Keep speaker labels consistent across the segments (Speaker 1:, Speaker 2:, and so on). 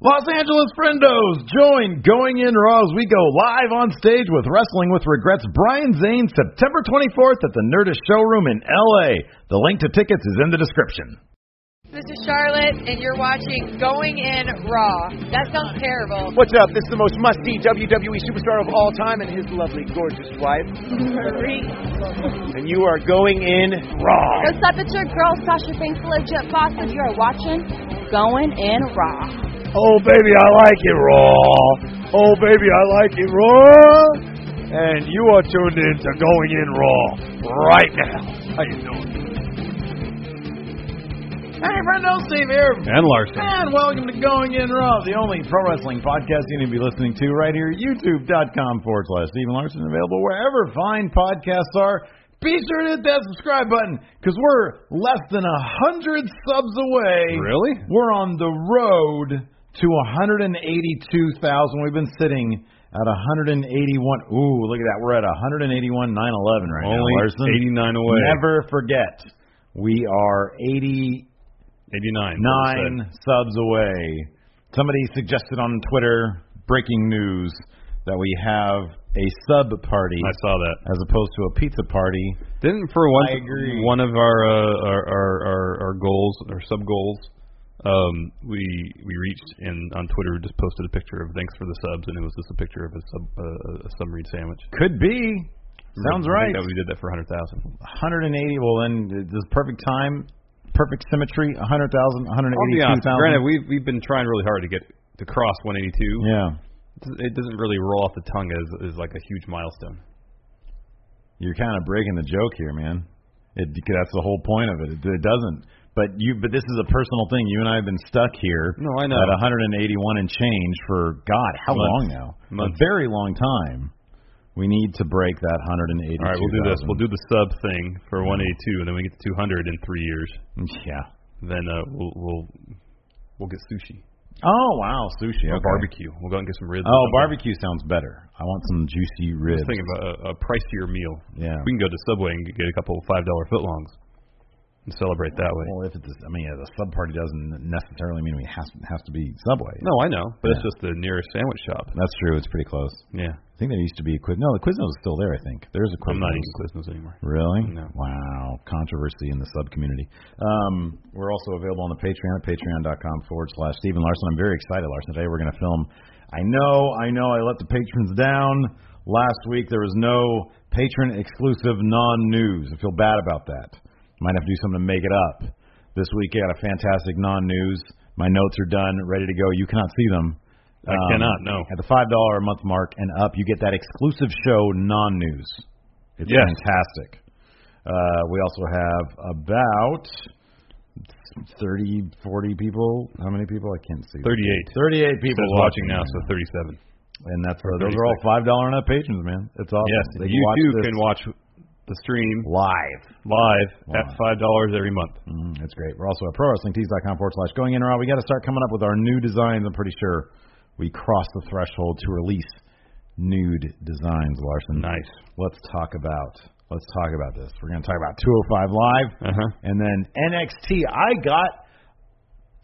Speaker 1: Los Angeles friendos, join Going In Raw as we go live on stage with Wrestling with Regrets Brian Zane September 24th at the Nerdist Showroom in LA. The link to tickets is in the description.
Speaker 2: This is Charlotte, and you're watching Going In Raw. That sounds terrible.
Speaker 3: What's up? This is the most must-see WWE superstar of all time and his lovely, gorgeous wife.
Speaker 2: Marie.
Speaker 3: And you are going in raw.
Speaker 2: What's up? It's your girl, Sasha Banks, the legit boss, and you are watching Going In Raw.
Speaker 3: Oh baby, I like it raw. Oh baby, I like it raw. And you are tuned in to Going In Raw right now. How you doing?
Speaker 1: Hey, friendos, Steve here.
Speaker 4: And Larson.
Speaker 1: And welcome to Going In Raw, the only pro wrestling podcast you need to be listening to right here, youtube.com forward slash Steven Larson, available wherever fine podcasts are. Be sure to hit that subscribe button because we're less than a 100 subs away.
Speaker 4: Really?
Speaker 1: We're on the road to 182,000. We've been sitting at 181. Ooh, look at that. We're at 181,911 right now,
Speaker 4: Only
Speaker 1: Larson.
Speaker 4: 89 away.
Speaker 1: Never forget, we are 89
Speaker 4: 89.
Speaker 1: subs away. Somebody suggested on Twitter, breaking news, that we have a sub party
Speaker 4: I saw that.
Speaker 1: as opposed to a pizza party.
Speaker 4: Didn't for once
Speaker 1: I agree.
Speaker 4: one of our, uh, our, our our our goals our sub goals um we we reached and on Twitter just posted a picture of thanks for the subs and it was just a picture of a sub uh, a submarine sandwich.
Speaker 1: Could be. Sounds
Speaker 4: I
Speaker 1: right.
Speaker 4: think that we did that for hundred thousand.
Speaker 1: 180. Well, then uh, this perfect time, perfect symmetry. 100,000,
Speaker 4: I'll be
Speaker 1: 182,000.
Speaker 4: honest. Granted, we've we've been trying really hard to get to cross 182.
Speaker 1: yeah,
Speaker 4: It doesn't really roll off the tongue as is like a huge milestone.
Speaker 1: you're kind of breaking the joke here, man. It, that's the whole point of it. it. It doesn't. But you. But this is a personal thing. You and I have been stuck here.
Speaker 4: No, I know.
Speaker 1: At 181 and change for God, how long
Speaker 4: Months.
Speaker 1: now? A
Speaker 4: Months.
Speaker 1: very long time. We need to break that 182.
Speaker 4: All right, we'll do this. We'll do the sub thing for 182, and then we get to 200 in three years.
Speaker 1: Yeah.
Speaker 4: Then uh, we'll we'll we'll get sushi,
Speaker 1: Oh wow, sushi.
Speaker 4: or
Speaker 1: okay.
Speaker 4: barbecue. We'll go out and get some ribs.
Speaker 1: Oh,
Speaker 4: or something.
Speaker 1: barbecue sounds better. I want some juicy
Speaker 4: I
Speaker 1: ribs.
Speaker 4: was thinking about a, a pricier meal.
Speaker 1: Yeah.
Speaker 4: We can go to Subway and get a couple of five dollar footlongs and celebrate that way.
Speaker 1: Well, if it's, I mean, yeah, the sub party doesn't necessarily mean we has has to be Subway.
Speaker 4: No, I know, but it's just the nearest sandwich shop.
Speaker 1: that's true. It's pretty close.
Speaker 4: Yeah,
Speaker 1: I think there used to be a Quiz. No, the Quiznos is still there. I think there is a Quiznos.
Speaker 4: I'm not eating Quiznos anymore.
Speaker 1: Really?
Speaker 4: No.
Speaker 1: Wow. Controversy in the sub community. Um, we're also available on the Patreon at patreon.com forward slash Stephen Larson. I'm very excited, Larson. Today we're going to film. I know, I know I let the patrons down. Last week there was no patron exclusive non news. I feel bad about that. Might have to do something to make it up. This week I got a fantastic non news. My notes are done, ready to go. You cannot see them.
Speaker 4: I cannot, no.
Speaker 1: Um, At the $5 a month mark and up, you get that exclusive show non news. It's
Speaker 4: Yes.
Speaker 1: fantastic. Uh, we also have about 30, 40 people. How many people? I can't see.
Speaker 4: 38.
Speaker 1: 38 people
Speaker 4: Says watching now, so 37.
Speaker 1: And that's
Speaker 4: Or
Speaker 1: those are all five dollar and up patrons, man. It's awesome.
Speaker 4: Yes,
Speaker 1: They
Speaker 4: you
Speaker 1: watch
Speaker 4: too
Speaker 1: this
Speaker 4: can watch the stream
Speaker 1: live.
Speaker 4: live Mm-hmm. at
Speaker 1: Live.
Speaker 4: five dollars every month.
Speaker 1: Mm, that's great. We're also at prowrestlingtees.com forward slash going in or out. We got to start coming up with our new designs. I'm pretty sure we crossed the threshold to release nude designs, Larson.
Speaker 4: Nice.
Speaker 1: Let's talk about let's talk about this. We're going to talk about 205 Live
Speaker 4: Uh-huh.
Speaker 1: and then NXT. I got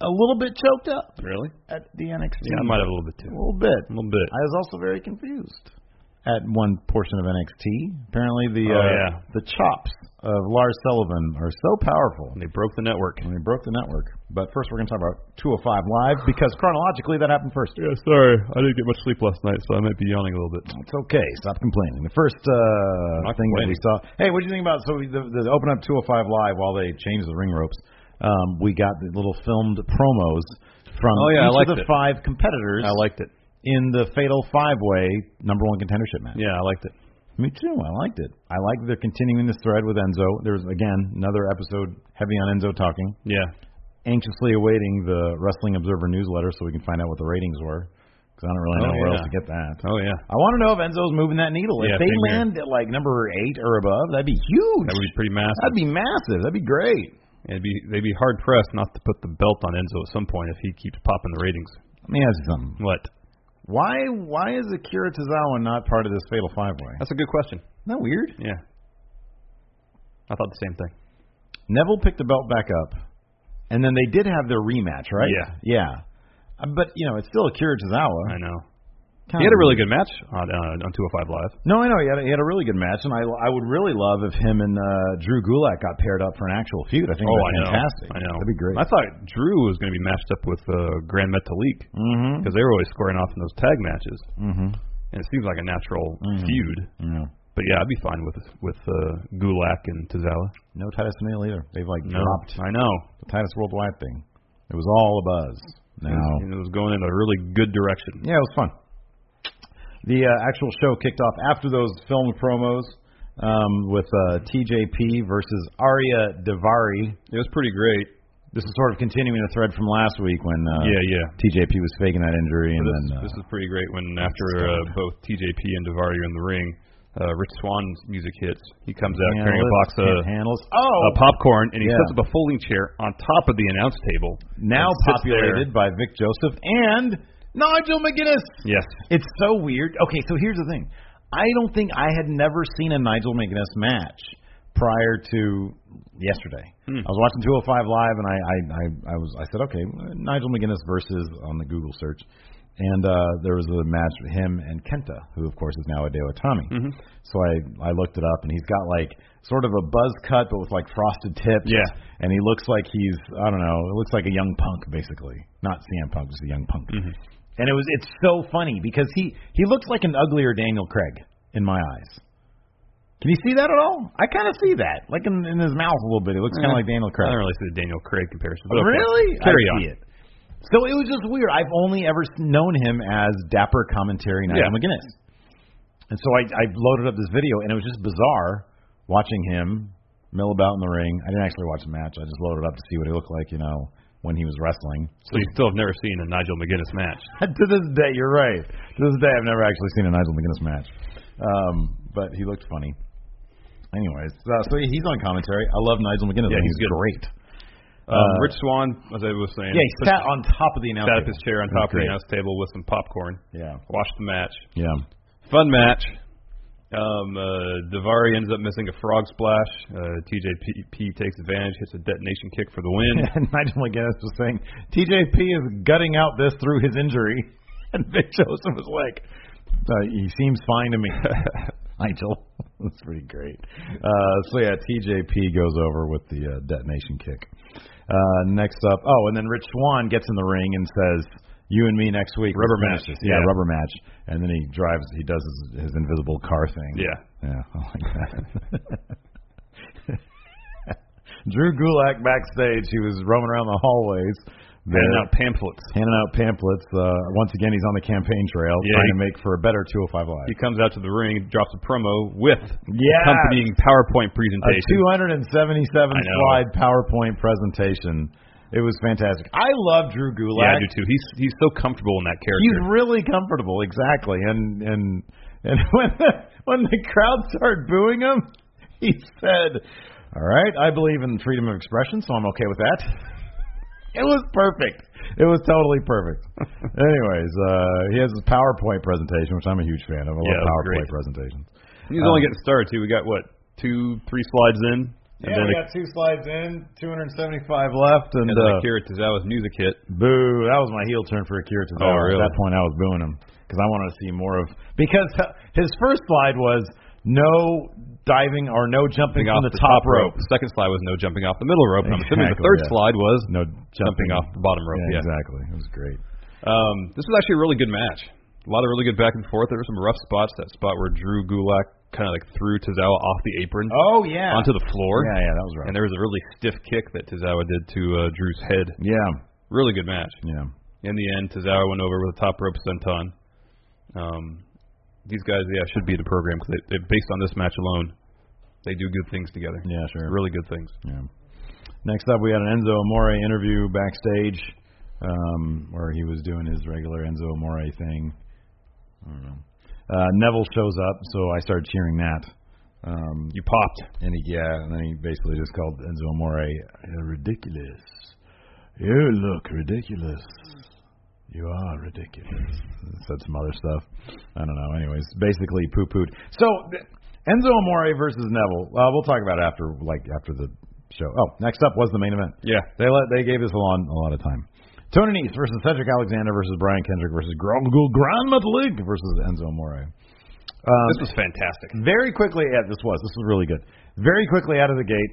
Speaker 1: a little bit choked up
Speaker 4: Really?
Speaker 1: at the NXT.
Speaker 4: Yeah, I might have a little bit
Speaker 1: a
Speaker 4: too.
Speaker 1: little bit.
Speaker 4: A little bit.
Speaker 1: I was also very confused at one portion of NXT. Apparently the
Speaker 4: Oh,
Speaker 1: uh,
Speaker 4: yeah.
Speaker 1: the chops of Lars Sullivan are so powerful.
Speaker 4: And they broke the network.
Speaker 1: And we broke the network. But first, we're going to talk about 205 Live because chronologically that happened first.
Speaker 4: Yeah, sorry. I didn't get much sleep last night, so I might be yawning a little bit.
Speaker 1: It's okay. Stop complaining. The first uh,
Speaker 4: Not
Speaker 1: thing that we saw. Hey, what do you think about so the, the open up 205 Live while they changed the ring ropes? Um, we got the little filmed promos from
Speaker 4: Oh, yeah, I
Speaker 1: each
Speaker 4: liked
Speaker 1: of the
Speaker 4: it.
Speaker 1: five competitors
Speaker 4: I liked it.
Speaker 1: in the Fatal Five Way Number One Contendership match.
Speaker 4: Yeah, I liked it.
Speaker 1: Me too. I liked it. I like that they're continuing this thread with Enzo. There's again another episode heavy on Enzo talking.
Speaker 4: Yeah.
Speaker 1: anxiously awaiting the Wrestling Observer newsletter so we can find out what the ratings were. Because I don't really
Speaker 4: Oh,
Speaker 1: know where
Speaker 4: yeah.
Speaker 1: else to get that.
Speaker 4: Oh yeah,
Speaker 1: I want to know if Enzo's moving that needle. if
Speaker 4: Yeah,
Speaker 1: they
Speaker 4: same here.
Speaker 1: land at like number eight or above, that'd be huge.
Speaker 4: that would be pretty massive.
Speaker 1: That'd be massive. That'd be great.
Speaker 4: It'd be they'd be hard pressed not to put the belt on Enzo at some point if he keeps popping the ratings.
Speaker 1: Let me ask you something.
Speaker 4: What?
Speaker 1: Why why is Akira Tozawa not part of this Fatal Five Way?
Speaker 4: That's a good question.
Speaker 1: Isn't that weird?
Speaker 4: Yeah, I thought the same thing.
Speaker 1: Neville picked the belt back up, and then they did have their rematch, right?
Speaker 4: Yeah.
Speaker 1: yeah. Uh, But you know, it's still Akira Tozawa.
Speaker 4: I know
Speaker 1: Kinda
Speaker 4: he had a really good match on uh, on 205 Live.
Speaker 1: No, Oh. I know he had a, he had a really good match, and I I would really love if him and uh, Drew Gulak got paired up for an actual feud. I think
Speaker 4: Oh, I
Speaker 1: that'd be
Speaker 4: know.
Speaker 1: fantastic.
Speaker 4: I know.
Speaker 1: That'd be great.
Speaker 4: I thought Drew was going to be matched up with uh, Grand Metalik
Speaker 1: mm-hmm.
Speaker 4: because they were always squaring off in those tag matches,
Speaker 1: Mm-hmm.
Speaker 4: and it seems like a natural
Speaker 1: Mhm.
Speaker 4: feud.
Speaker 1: Yeah.
Speaker 4: But yeah, I'd be fine with with uh, Gulak and Tozawa.
Speaker 1: No Titus O'Neil either. They've like
Speaker 4: No,
Speaker 1: dropped
Speaker 4: I know.
Speaker 1: the Titus Worldwide thing. It was all a buzz. Now,
Speaker 4: And it was going in a really good direction.
Speaker 1: yeah, it was fun. The uh, actual show kicked off after those filmed promos um, with uh, TJP versus Arya Davari.
Speaker 4: It was pretty great.
Speaker 1: This is sort of continuing the thread from last week when uh,
Speaker 4: yeah, yeah.
Speaker 1: TJP was faking that injury, and
Speaker 4: this,
Speaker 1: then uh,
Speaker 4: this is pretty great when after uh, both TJP and Davari are in the ring, uh, Rich Swan's music hits. He comes
Speaker 1: handle
Speaker 4: out carrying a
Speaker 1: it,
Speaker 4: box of
Speaker 1: can't handle it. Oh,
Speaker 4: uh, popcorn, and he
Speaker 1: Yeah.
Speaker 4: sets up a folding chair on top of the announce table.
Speaker 1: now
Speaker 4: and sits there.
Speaker 1: populated by Vic Joseph and Nigel McGuinness.
Speaker 4: Yes.
Speaker 1: It's so weird. Okay, so here's the thing. I don't think I had never seen a Nigel McGuinness match prior to yesterday.
Speaker 4: Hmm.
Speaker 1: I was watching 205 Live, and I, I, I, I was I said, okay, Nigel McGuinness versus on the Google search, and uh, there was a match with him and Kenta, who of course is now Hideo Itami.
Speaker 4: Mm-hmm.
Speaker 1: So I I looked it up, and he's got like sort of a buzz cut, but with like frosted tips.
Speaker 4: Yeah.
Speaker 1: and he looks like he's I don't know, it looks like a young punk basically, not CM Punk, just a young punk. And it was it's so funny because he he looks like an uglier Daniel Craig in my eyes. Can you see that at all? I kind of see that, like in, in his mouth a little bit. It looks kind of like Daniel
Speaker 4: I
Speaker 1: Craig.
Speaker 4: don't really see the Daniel Craig comparison. But okay.
Speaker 1: Really?
Speaker 4: Carry
Speaker 1: I
Speaker 4: on.
Speaker 1: see it. So it was just weird. I've only ever s- known him as Dapper Commentary Nigel
Speaker 4: Yeah.
Speaker 1: McGuinness. And so I, I loaded up this video, and it was just bizarre watching him mill about in the ring. I didn't actually watch the match. I just loaded up to see what he looked like, you know, when he was wrestling.
Speaker 4: So you still have never seen a Nigel McGuinness match.
Speaker 1: to this day, you're right. To this day, I've never actually seen a Nigel McGuinness match. Um, but he looked funny. Anyways, so, so he's on commentary. I love Nigel McGuinness.
Speaker 4: Yeah,
Speaker 1: I think
Speaker 4: he's
Speaker 1: he's
Speaker 4: good.
Speaker 1: great.
Speaker 4: Um,
Speaker 1: Uh,
Speaker 4: Rich Swan, as I was saying,
Speaker 1: Yeah, he
Speaker 4: puts-
Speaker 1: sat on top of the announce
Speaker 4: sat up
Speaker 1: table.
Speaker 4: his chair on
Speaker 1: It was
Speaker 4: top of the
Speaker 1: great.
Speaker 4: announce table with some popcorn.
Speaker 1: Yeah.
Speaker 4: Watched the match.
Speaker 1: Yeah.
Speaker 4: Fun match. Um, uh, Davari ends up missing a frog splash. Uh, TJP takes advantage, hits a detonation kick for the win.
Speaker 1: And Nigel McGuinness was saying, TJP is gutting out this through his injury. And Vic Joseph was like, uh, he seems fine to me. Nigel. That's pretty great. Uh, so, yeah, TJP goes over with the uh, detonation kick. Uh, next up, oh, and then Rich Swan gets in the ring and says, you and me next week.
Speaker 4: Rubber
Speaker 1: Let's
Speaker 4: match,
Speaker 1: finish this. Yeah,
Speaker 4: yeah.
Speaker 1: rubber match. And then he drives, he does his, his invisible car thing.
Speaker 4: Yeah.
Speaker 1: Yeah, I like that. Drew Gulak backstage. He was roaming around the hallways.
Speaker 4: Handing
Speaker 1: there,
Speaker 4: out pamphlets.
Speaker 1: handing out pamphlets. Uh, once again, he's on the campaign trail
Speaker 4: Yeah,
Speaker 1: trying
Speaker 4: he-
Speaker 1: to make for a better 205 Live.
Speaker 4: He comes out to the ring, drops a promo with
Speaker 1: Yes.
Speaker 4: accompanying PowerPoint
Speaker 1: A
Speaker 4: presentation.
Speaker 1: 277
Speaker 4: I know.
Speaker 1: slide PowerPoint presentation. It was fantastic. I love Drew
Speaker 4: yeah, I
Speaker 1: Gulak.
Speaker 4: do too. He's he's so comfortable in that
Speaker 1: he's
Speaker 4: character.
Speaker 1: really comfortable, exactly. And and and when the, when the crowd started booing him, he said, "All right, I believe in freedom of expression, so I'm okay with that." It was perfect. It was totally perfect. Anyways, uh, he has his PowerPoint presentation, which I'm a huge fan of. I
Speaker 4: Yeah,
Speaker 1: love
Speaker 4: it was
Speaker 1: PowerPoint
Speaker 4: great.
Speaker 1: presentations.
Speaker 4: He's,
Speaker 1: Oh.
Speaker 4: only getting started too. We got what two, three slides in, and then a-
Speaker 1: two slides in, 275 left, uh,
Speaker 4: and then Akira Tozawa's music hit.
Speaker 1: Boo! That was my heel turn for Akira Tozawa.
Speaker 4: Oh, really?
Speaker 1: At that point, I was booing him because I wanted to see more of because his first slide was no diving or no jumping
Speaker 4: jumping
Speaker 1: from
Speaker 4: off
Speaker 1: the, top, rope.
Speaker 4: The second slide was no jumping off the middle rope. And I'm assuming the
Speaker 1: Exactly,
Speaker 4: third
Speaker 1: yeah.
Speaker 4: slide was
Speaker 1: No
Speaker 4: jumping off the bottom rope.
Speaker 1: Yeah,
Speaker 4: Yeah.
Speaker 1: exactly. It was great.
Speaker 4: Um, this was actually a really good match. A lot of really good back and forth. There were some rough spots. That spot where Drew Gulak kind of like threw Tozawa off the apron
Speaker 1: Oh yeah.
Speaker 4: onto the floor.
Speaker 1: yeah, yeah, that was
Speaker 4: And
Speaker 1: right.
Speaker 4: there was a really stiff kick that Tozawa did to uh, Drew's head.
Speaker 1: Yeah,
Speaker 4: Really good match.
Speaker 1: yeah.
Speaker 4: In the end, Tozawa went over with a top rope senton. Um, these guys, yeah, should be the program because they, they, based on this match alone, they do good things together.
Speaker 1: Yeah, sure.
Speaker 4: Really good things.
Speaker 1: Yeah. Next up, we had an Enzo Amore interview backstage um, where he was doing his regular Enzo Amore thing. I don't know. Uh, Neville shows up, so I started cheering that. Um,
Speaker 4: You popped.
Speaker 1: and he, yeah, and then he basically just called Enzo Amore uh, ridiculous. You look ridiculous. You are ridiculous. And said some other stuff. I don't know. Anyways, basically poo pooed. So th- Enzo Amore versus Neville. Uh, we'll talk about it after, like after the show. Oh, next up was the main event.
Speaker 4: Yeah.
Speaker 1: They let they gave us a lot a lot of time. Tony Nese versus Cedric Alexander versus Brian Kendrick versus Grand Grand Metalik versus Enzo Amore. Um,
Speaker 4: This was fantastic.
Speaker 1: very quickly, yeah, this was this was really good. Very quickly out of the gate,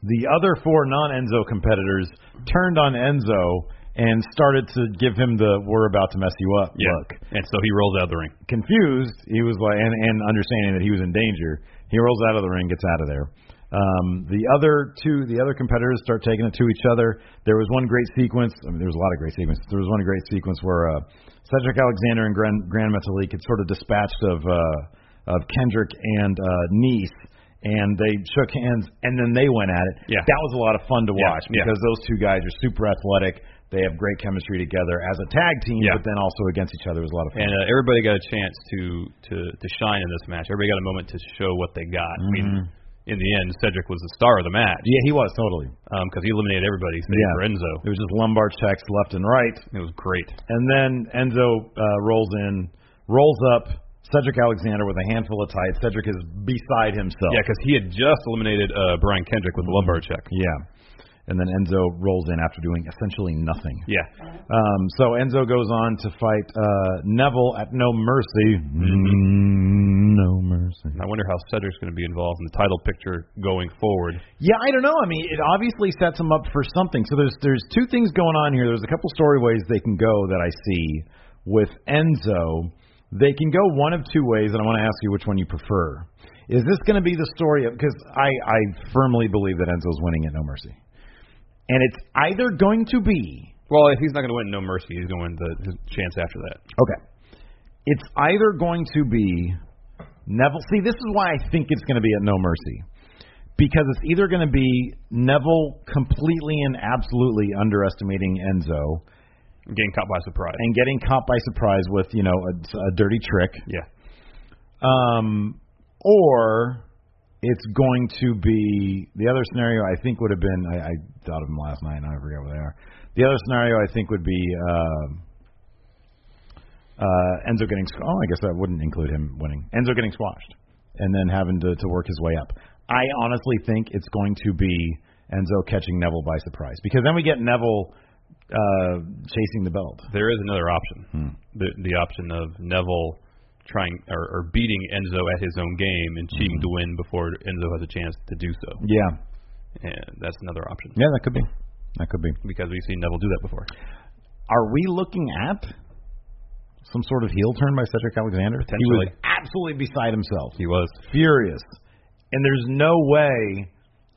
Speaker 1: the other four non-Enzo competitors turned on Enzo and started to give him the "we're about to mess you up"
Speaker 4: Yeah.
Speaker 1: look.
Speaker 4: And so he rolls out of the ring.
Speaker 1: Confused, he was like, and, and understanding that he was in danger, he rolls out of the ring, gets out of there. Um, the other two, the other competitors start taking it to each other. There was one great sequence. I mean, there was a lot of great sequences. There was one great sequence where uh, Cedric Alexander and Grand, Grand Metalik had sort of dispatched of uh, of Kendrick and uh, Nice, and they shook hands, and then they went at it.
Speaker 4: Yeah.
Speaker 1: That was a lot of fun to
Speaker 4: Yeah,
Speaker 1: watch
Speaker 4: yeah.
Speaker 1: because those two guys are super athletic. They have great chemistry together as a tag team,
Speaker 4: Yeah.
Speaker 1: but then also against each other was a lot of fun.
Speaker 4: And uh, everybody got a chance to to to shine in this match. Everybody got a moment to show what they got. I mean, in the end, Cedric was the star of the match
Speaker 1: yeah, he was totally.
Speaker 4: because he eliminated everybody save
Speaker 1: Yeah.
Speaker 4: for Enzo.
Speaker 1: It was just lumbar checks left and right,
Speaker 4: It was great.
Speaker 1: and then Enzo uh, rolls in, rolls up Cedric Alexander with a handful of tights. Cedric is beside himself.
Speaker 4: Yeah, because he had just eliminated uh, Brian Kendrick with the lumbar check.
Speaker 1: yeah. And then Enzo rolls in after doing essentially nothing.
Speaker 4: Yeah.
Speaker 1: Um, so Enzo goes on to fight uh, Neville at No Mercy. Mm-hmm. No Mercy.
Speaker 4: And I wonder how Cedric's going to be involved in the title picture going forward.
Speaker 1: Yeah, I don't know. I mean, it obviously sets him up for something. So there's there's two things going on here. There's a couple story ways they can go that I see with Enzo. They can go one of two ways, and I want to ask you which one you prefer. Is this going to be the story of? Because I I firmly believe that Enzo's winning at No Mercy, and it's either going to be
Speaker 4: Well, if he's not going to win No Mercy, he's going to win the his chance after that.
Speaker 1: Okay. It's either going to be Neville. See, this is why I think it's going to be at No Mercy. Because it's either going to be Neville completely and absolutely underestimating Enzo
Speaker 4: Getting caught by surprise.
Speaker 1: and getting caught by surprise with, you know, a, a dirty trick.
Speaker 4: Yeah.
Speaker 1: Um, or it's going to be the other scenario. I think would have been I, I thought of them last night. and I forget where they are. The other scenario I think would be um uh, Enzo getting squ- oh I guess that wouldn't include him winning. Enzo getting squashed and then having to to work his way up. I honestly think it's going to be Enzo catching Neville by surprise because then we get Neville uh, chasing the belt.
Speaker 4: There is another option.
Speaker 1: Hmm.
Speaker 4: The the option of Neville trying or, or beating Enzo at his own game and cheating
Speaker 1: Hmm.
Speaker 4: to win before Enzo has a chance to do so.
Speaker 1: Yeah,
Speaker 4: And that's another option
Speaker 1: yeah, that could be. That could be.
Speaker 4: because we've seen Neville do that before.
Speaker 1: are we looking at some sort of heel turn by Cedric Alexander?
Speaker 4: Potentially.
Speaker 1: He was absolutely beside himself.
Speaker 4: He was.
Speaker 1: Furious. And there's no way,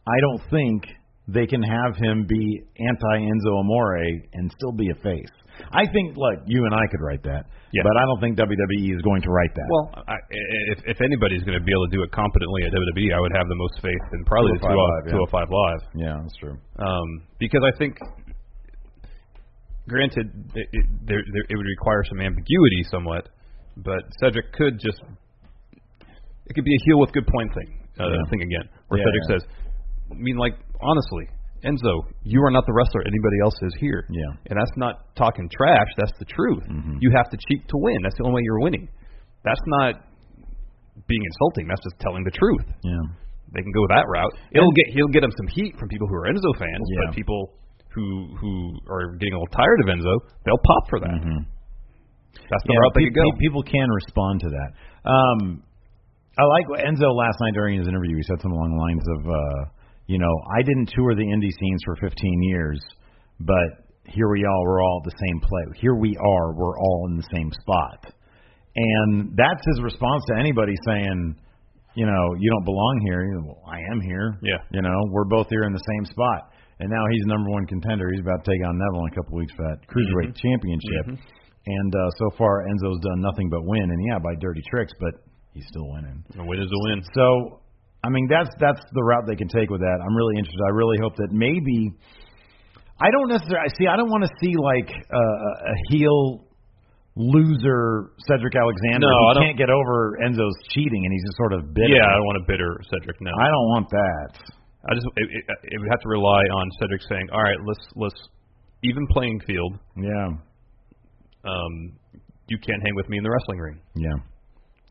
Speaker 1: I don't think, they can have him be anti Enzo Amore and still be a face. I think, look, you and I could write that.
Speaker 4: Yeah.
Speaker 1: But I don't think WWE is going to write that.
Speaker 4: Well, I, i- if if anybody's going to be able to do it competently at WWE, I would have the most faith in probably the
Speaker 1: 205
Speaker 4: 205 Live.
Speaker 1: yeah, that's true.
Speaker 4: um, because I think, granted, it, it, there, there, it would require some ambiguity somewhat, but Cedric could just it could be a heel with good point thing uh,
Speaker 1: Yeah.
Speaker 4: thing again, where
Speaker 1: Yeah,
Speaker 4: Cedric
Speaker 1: yeah.
Speaker 4: says, I mean, like honestly, Enzo, you are not the wrestler anybody else is here,
Speaker 1: Yeah. Mm-hmm.
Speaker 4: and that's not talking trash, that's the truth. You have to cheat to win. That's the only way you're winning. That's not being insulting. That's just telling the truth
Speaker 1: Yeah.
Speaker 4: they can go that route. It'll get he'll get him some heat from people who are Enzo fans,
Speaker 1: Yeah.
Speaker 4: but people who who are getting a little tired of Enzo, they'll pop for that. That's the route they
Speaker 1: pe-
Speaker 4: could go.
Speaker 1: pe- People can respond to that. Um, I like what Enzo last night during his interview. He said something along the lines of, uh, you know, I didn't tour the indie scenes for 15 years, but here we are. We're all at the same place. Here we are. We're all in the same spot. And that's his response to anybody saying, you know, you don't belong here. He goes, Well, I am here.
Speaker 4: Yeah.
Speaker 1: You know, we're both here in the same spot. And now he's number one contender. He's about to take on Neville in a couple weeks for that cruiserweight championship. And uh, so far, Enzo's done nothing but win. And yeah, by dirty tricks, but he's still winning.
Speaker 4: a win is a win.
Speaker 1: So I mean, that's that's the route they can take with that. I'm really interested. I really hope that maybe I don't necessarily see. I don't want to see like a, a heel loser Cedric Alexander
Speaker 4: No,
Speaker 1: who
Speaker 4: I don't-
Speaker 1: can't get over Enzo's cheating and he's just sort of bitter.
Speaker 4: Yeah, I don't want a bitter Cedric. No,
Speaker 1: I don't want that.
Speaker 4: I just it, it, it would have to rely on Cedric saying, "All right, let's let's even playing field.
Speaker 1: Yeah,
Speaker 4: Um, you can't hang with me in the wrestling ring.
Speaker 1: yeah.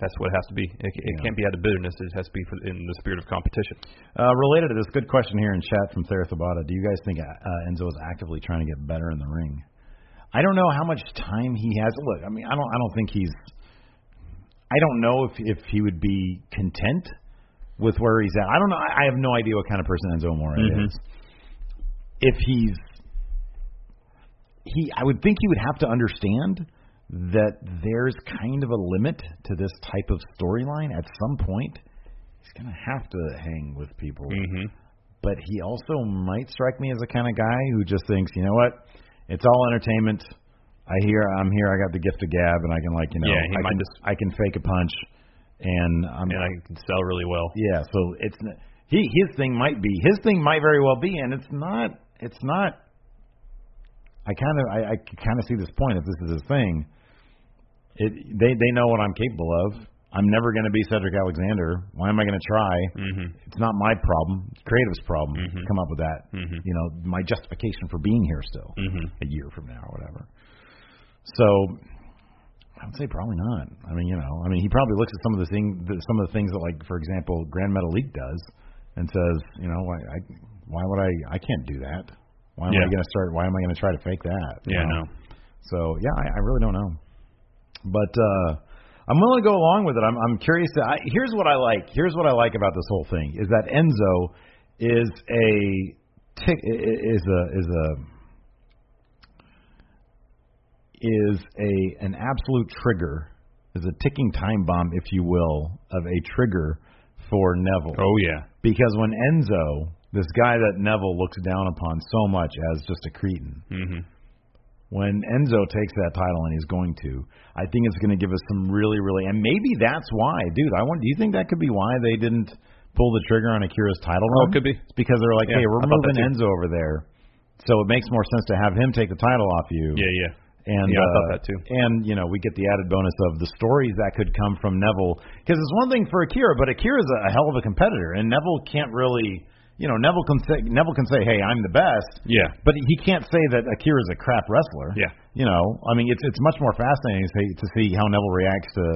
Speaker 4: That's what it has to be. It, it
Speaker 1: Yeah.
Speaker 4: can't be out of bitterness. It has to be for, in the spirit of competition.
Speaker 1: Uh, related to this, good question here in chat from Sarah Thabata. Do you guys think uh, Enzo is actively trying to get better in the ring? I don't know how much time he has. Look, I mean, I don't, I don't think he's. I don't know if if he would be content with where he's at. I don't know. I I have no idea what kind of person Enzo Amore
Speaker 4: Mhm.
Speaker 1: is. If he's he, I would think he would have to understand that there's kind of a limit to this type of storyline. At some point, he's gonna have to hang with people
Speaker 4: Mm-hmm.
Speaker 1: but he also might strike me as the kind of guy who just thinks, you know what, it's all entertainment. I hear I'm here. I got the gift of gab, and I can like you know,
Speaker 4: Yeah, he
Speaker 1: I
Speaker 4: might
Speaker 1: can
Speaker 4: just-
Speaker 1: I can fake a punch, and I'm
Speaker 4: And I can sell really well.
Speaker 1: yeah. So it's n- he his thing might be his thing might very well be, and it's not it's not. I kind of I, I kind of see this point. If this is his thing, it they they know what I'm capable of. I'm never going to be Cedric Alexander. Why am I going to try?
Speaker 4: Mm-hmm.
Speaker 1: it's not my problem. It's creative's problem to
Speaker 4: Mhm.
Speaker 1: come up with that.
Speaker 4: Mhm.
Speaker 1: You know, my justification for being here still
Speaker 4: Mm-hmm.
Speaker 1: a year from now or whatever. So I would say probably not. I mean, you know, I mean, he probably looks at some of the thing, the, some of the things that, like, for example, Grand Metal League does, and says, you know, why, I, why would I? I can't do that. Why am I
Speaker 4: Yeah.
Speaker 1: going to start? Why am I going to try to fake that? you
Speaker 4: Yeah,
Speaker 1: know?
Speaker 4: no.
Speaker 1: So yeah, I, I really don't know, but uh, I'm willing to go along with it. I'm, I'm curious. To, I, here's what I like. Here's what I like about this whole thing is that Enzo is a tick, i- i- is a is a is a an absolute trigger is a ticking time bomb, if you will, of a trigger for Neville
Speaker 4: Oh yeah.
Speaker 1: because when Enzo, this guy that Neville looks down upon so much as just a cretin
Speaker 4: Mm-hmm.
Speaker 1: when Enzo takes that title and he's going to, I think it's going to give us some really, really, and maybe that's why, dude. I want. Do you think that could be why they didn't pull the trigger on Akira's title run?
Speaker 4: Oh, it could be.
Speaker 1: It's because they were like,
Speaker 4: Yeah,
Speaker 1: hey, we're
Speaker 4: I thought that
Speaker 1: moving Enzo over there, so it makes more sense to have him take the title off you.
Speaker 4: Yeah, yeah.
Speaker 1: And
Speaker 4: Yeah, I
Speaker 1: uh,
Speaker 4: thought that too.
Speaker 1: And you know, we get the added bonus of the stories that could come from Neville because it's one thing for Akira, but Akira's a hell of a competitor, and Neville can't really, you know, Neville can say Neville can say, hey, I'm the best,
Speaker 4: Yeah.
Speaker 1: but he can't say that Akira's a crap wrestler.
Speaker 4: Yeah.
Speaker 1: You know, I mean, it's it's much more fascinating to see, to see how Neville reacts to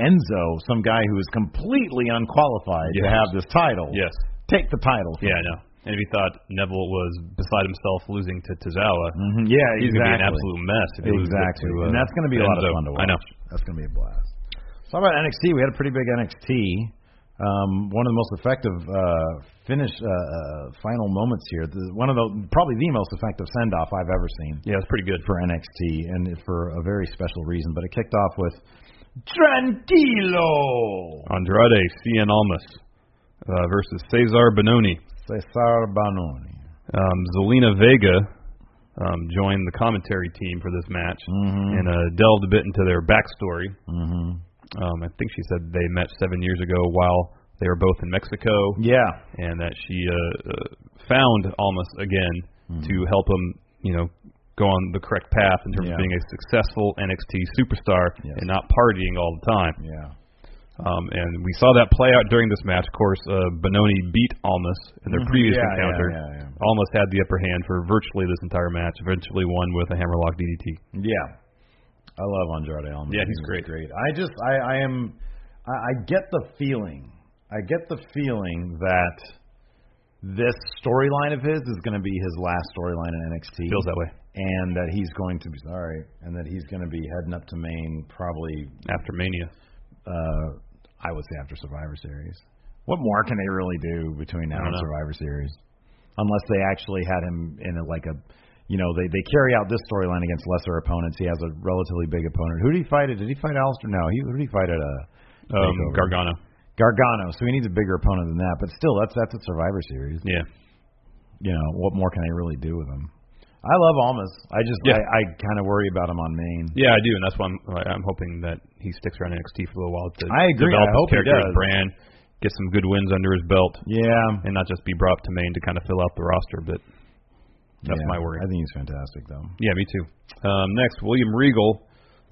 Speaker 1: Enzo, some guy who is completely unqualified to
Speaker 4: Yes.
Speaker 1: have this title.
Speaker 4: Yes.
Speaker 1: Take the title. from
Speaker 4: Yeah, I
Speaker 1: him.
Speaker 4: know. And if he thought Neville was beside himself losing to Tozawa,
Speaker 1: Mhm. Yeah, exactly.
Speaker 4: he's gonna be an absolute mess. If he loses it
Speaker 1: Exactly.
Speaker 4: To, uh,
Speaker 1: and that's going to be a lot of
Speaker 4: Enzo.
Speaker 1: fun to watch.
Speaker 4: I know.
Speaker 1: That's going to be a blast. So how about NXT? We had a pretty big NXT. Um, one of the most effective uh, finish uh, uh, final moments here. The, one of the probably the most effective send off I've ever seen
Speaker 4: Yeah, it's pretty good.
Speaker 1: for NXT, and it- for a very special reason. But it kicked off with Tranquilo
Speaker 4: Andrade Cien Almas uh, versus Cesar Bononi.
Speaker 1: Cesar Bononi.
Speaker 4: Um, Zelina Vega um, joined the commentary team for this match
Speaker 1: Mhm.
Speaker 4: and uh, delved a bit into their backstory.
Speaker 1: hmm
Speaker 4: Um, I think she said they met seven years ago while they were both in Mexico,
Speaker 1: Yeah,
Speaker 4: and that she uh, uh, found Almas again
Speaker 1: Hmm.
Speaker 4: to help him, you know, go on the correct path in terms
Speaker 1: Yeah.
Speaker 4: of being a successful NXT superstar
Speaker 1: Yes.
Speaker 4: and not partying all the time.
Speaker 1: yeah.
Speaker 4: Um, and we saw that play out during this match. Of course, uh, Benoni beat Almas in their
Speaker 1: Mhm.
Speaker 4: previous
Speaker 1: Yeah,
Speaker 4: encounter.
Speaker 1: yeah, yeah, yeah.
Speaker 4: Almas had the upper hand for virtually this entire match. Eventually, won with a hammerlock DDT.
Speaker 1: Yeah, I love Andrade Almas.
Speaker 4: Yeah, he's
Speaker 1: He was
Speaker 4: great.
Speaker 1: Great. I just, I, I am, I, I get the feeling, I get the feeling that this storyline of his is going to be his last storyline in NXT.
Speaker 4: Feels that way.
Speaker 1: And that he's going to be sorry, and that he's going to be heading up to Maine probably.
Speaker 4: After Mania,
Speaker 1: uh I would say after Survivor Series. What more can they really do between now
Speaker 4: I don't
Speaker 1: and
Speaker 4: know.
Speaker 1: Survivor Series? Unless they actually had him in a, like a, you know, they they carry out this storyline against lesser opponents. He has a relatively big opponent. Who did he fight? At? Did he fight Alistair? No, he who did he fight at? Uh,
Speaker 4: um,
Speaker 1: Takeover?
Speaker 4: Gargano.
Speaker 1: Gargano. So he needs a bigger opponent than that. But still, that's that's a Survivor Series.
Speaker 4: Yeah,
Speaker 1: You know, what more can they really do with him? I love Almas. I just
Speaker 4: Yeah.
Speaker 1: I, I kind of worry about him on Maine.
Speaker 4: yeah, I do, and that's why I'm, I'm hoping that he sticks around NXT for a little while to
Speaker 1: I agree.
Speaker 4: develop
Speaker 1: I
Speaker 4: his
Speaker 1: hope he
Speaker 4: character and
Speaker 1: does.
Speaker 4: brand. get some good wins under his belt,
Speaker 1: Yeah,
Speaker 4: and not just be brought up to Maine to kind of fill out the roster. But that's
Speaker 1: Yeah.
Speaker 4: my worry.
Speaker 1: I think he's fantastic though.
Speaker 4: Yeah, me too. Um, next, William Regal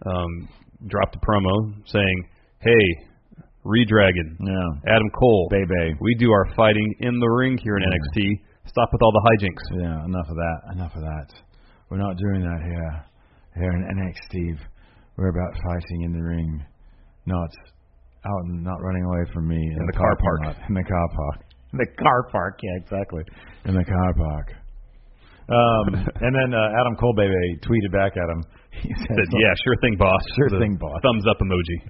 Speaker 4: um, dropped a promo saying, "Hey, Redragon,
Speaker 1: Yeah,
Speaker 4: Adam Cole,
Speaker 1: Bebe.
Speaker 4: we do our fighting in the ring here in
Speaker 1: Yeah.
Speaker 4: NXT. Stop with all the hijinks."
Speaker 1: Yeah, enough of that. Enough of that. We're not doing that here. Here in NXT, we're about fighting in the ring, not out and not running away from me in,
Speaker 4: the car
Speaker 1: parking
Speaker 4: park.
Speaker 1: lot. In the car park. In the car park. Yeah, exactly. In the car park. Um, and then uh, Adam Cole baby tweeted back at him. He said,
Speaker 4: Said, "Yeah, sure thing, boss.
Speaker 1: Sure
Speaker 4: The
Speaker 1: thing, boss.
Speaker 4: Thumbs up emoji.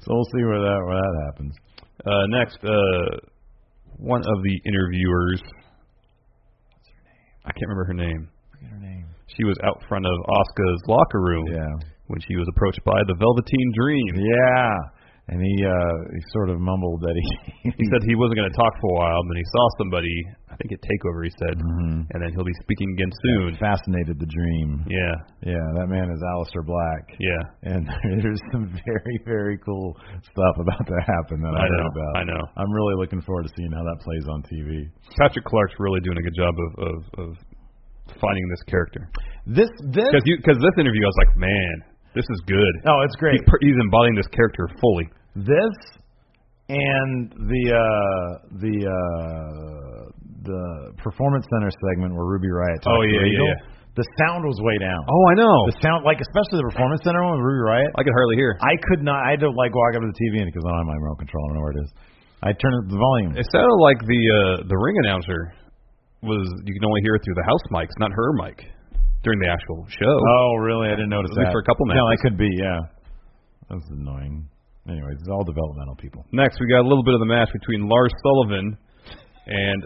Speaker 1: So we'll see where that where that happens.
Speaker 4: Uh, next, uh, one of the interviewers. I can't remember her name.
Speaker 1: Forget her name.
Speaker 4: She was out front of Oscar's locker room
Speaker 1: Yeah.
Speaker 4: when she was approached by the Velveteen Dream.
Speaker 1: Yeah. And he uh he sort of mumbled that he
Speaker 4: He said he wasn't going to talk for a while, and then he saw somebody. I think at Takeover, he said, and then he'll be speaking again soon.
Speaker 1: fascinated the dream.
Speaker 4: Yeah,
Speaker 1: Yeah, that man is Alistair Black.
Speaker 4: yeah.
Speaker 1: And there's some very, very cool stuff about to happen that I,
Speaker 4: I
Speaker 1: heard
Speaker 4: know,
Speaker 1: about.
Speaker 4: I know.
Speaker 1: I'm really looking forward to seeing how that plays on TV.
Speaker 4: Patrick Clark's really doing a good job of of, of finding this character
Speaker 1: This this
Speaker 4: because because this interview, I was like, man, this is good.
Speaker 1: Oh, it's great.
Speaker 4: He's, per- he's embodying this character fully.
Speaker 1: This and the uh the uh the performance center segment where Ruby Riot talked
Speaker 4: Oh,
Speaker 1: to
Speaker 4: yeah, yeah,
Speaker 1: Regal,
Speaker 4: yeah.
Speaker 1: The sound was way down.
Speaker 4: Oh, I know.
Speaker 1: The sound like especially the performance center one with Ruby Riot.
Speaker 4: I could hardly hear.
Speaker 1: I could not. I had to like walk up to the TV and because I don't have my remote control, I don't know where it is. I turned up the volume.
Speaker 4: It sounded like the uh, the ring announcer was you can only hear it through the house mics, not her mic, during the actual show.
Speaker 1: oh, really? I didn't notice
Speaker 4: At least
Speaker 1: that.
Speaker 4: for a couple
Speaker 1: No,
Speaker 4: matches.
Speaker 1: it could be. Yeah, that's annoying. Anyways, it's all developmental people.
Speaker 4: Next, we got a little bit of the match between Lars Sullivan and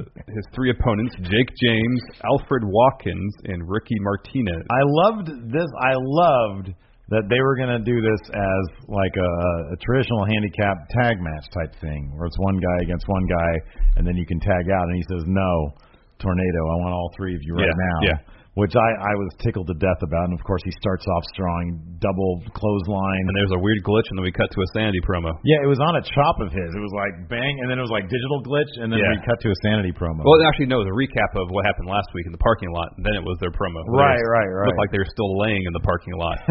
Speaker 4: uh, his three opponents: Jake James, Alfred Watkins, and Ricky Martinez.
Speaker 1: I loved this. I loved that they were going to do this as like a, a traditional handicap tag match type thing, where it's one guy against one guy, and then you can tag out, and he says, "No, tornado, I want all three of you right
Speaker 4: Yeah,
Speaker 1: now."
Speaker 4: yeah.
Speaker 1: Which I, I was tickled to death about, and of course he starts off strong, double clothesline,
Speaker 4: And there's a weird glitch, and then we cut to a Sandy promo.
Speaker 1: Yeah, it was on a chop of his. It was like bang, and then it was like digital glitch, and then
Speaker 4: Yeah.
Speaker 1: we cut to a sanity promo.
Speaker 4: Well, actually, no, it was a recap of what happened last week in the parking lot. And then it was their promo. They
Speaker 1: Right,
Speaker 4: were-
Speaker 1: right, right.
Speaker 4: Looked like they were still laying in the parking lot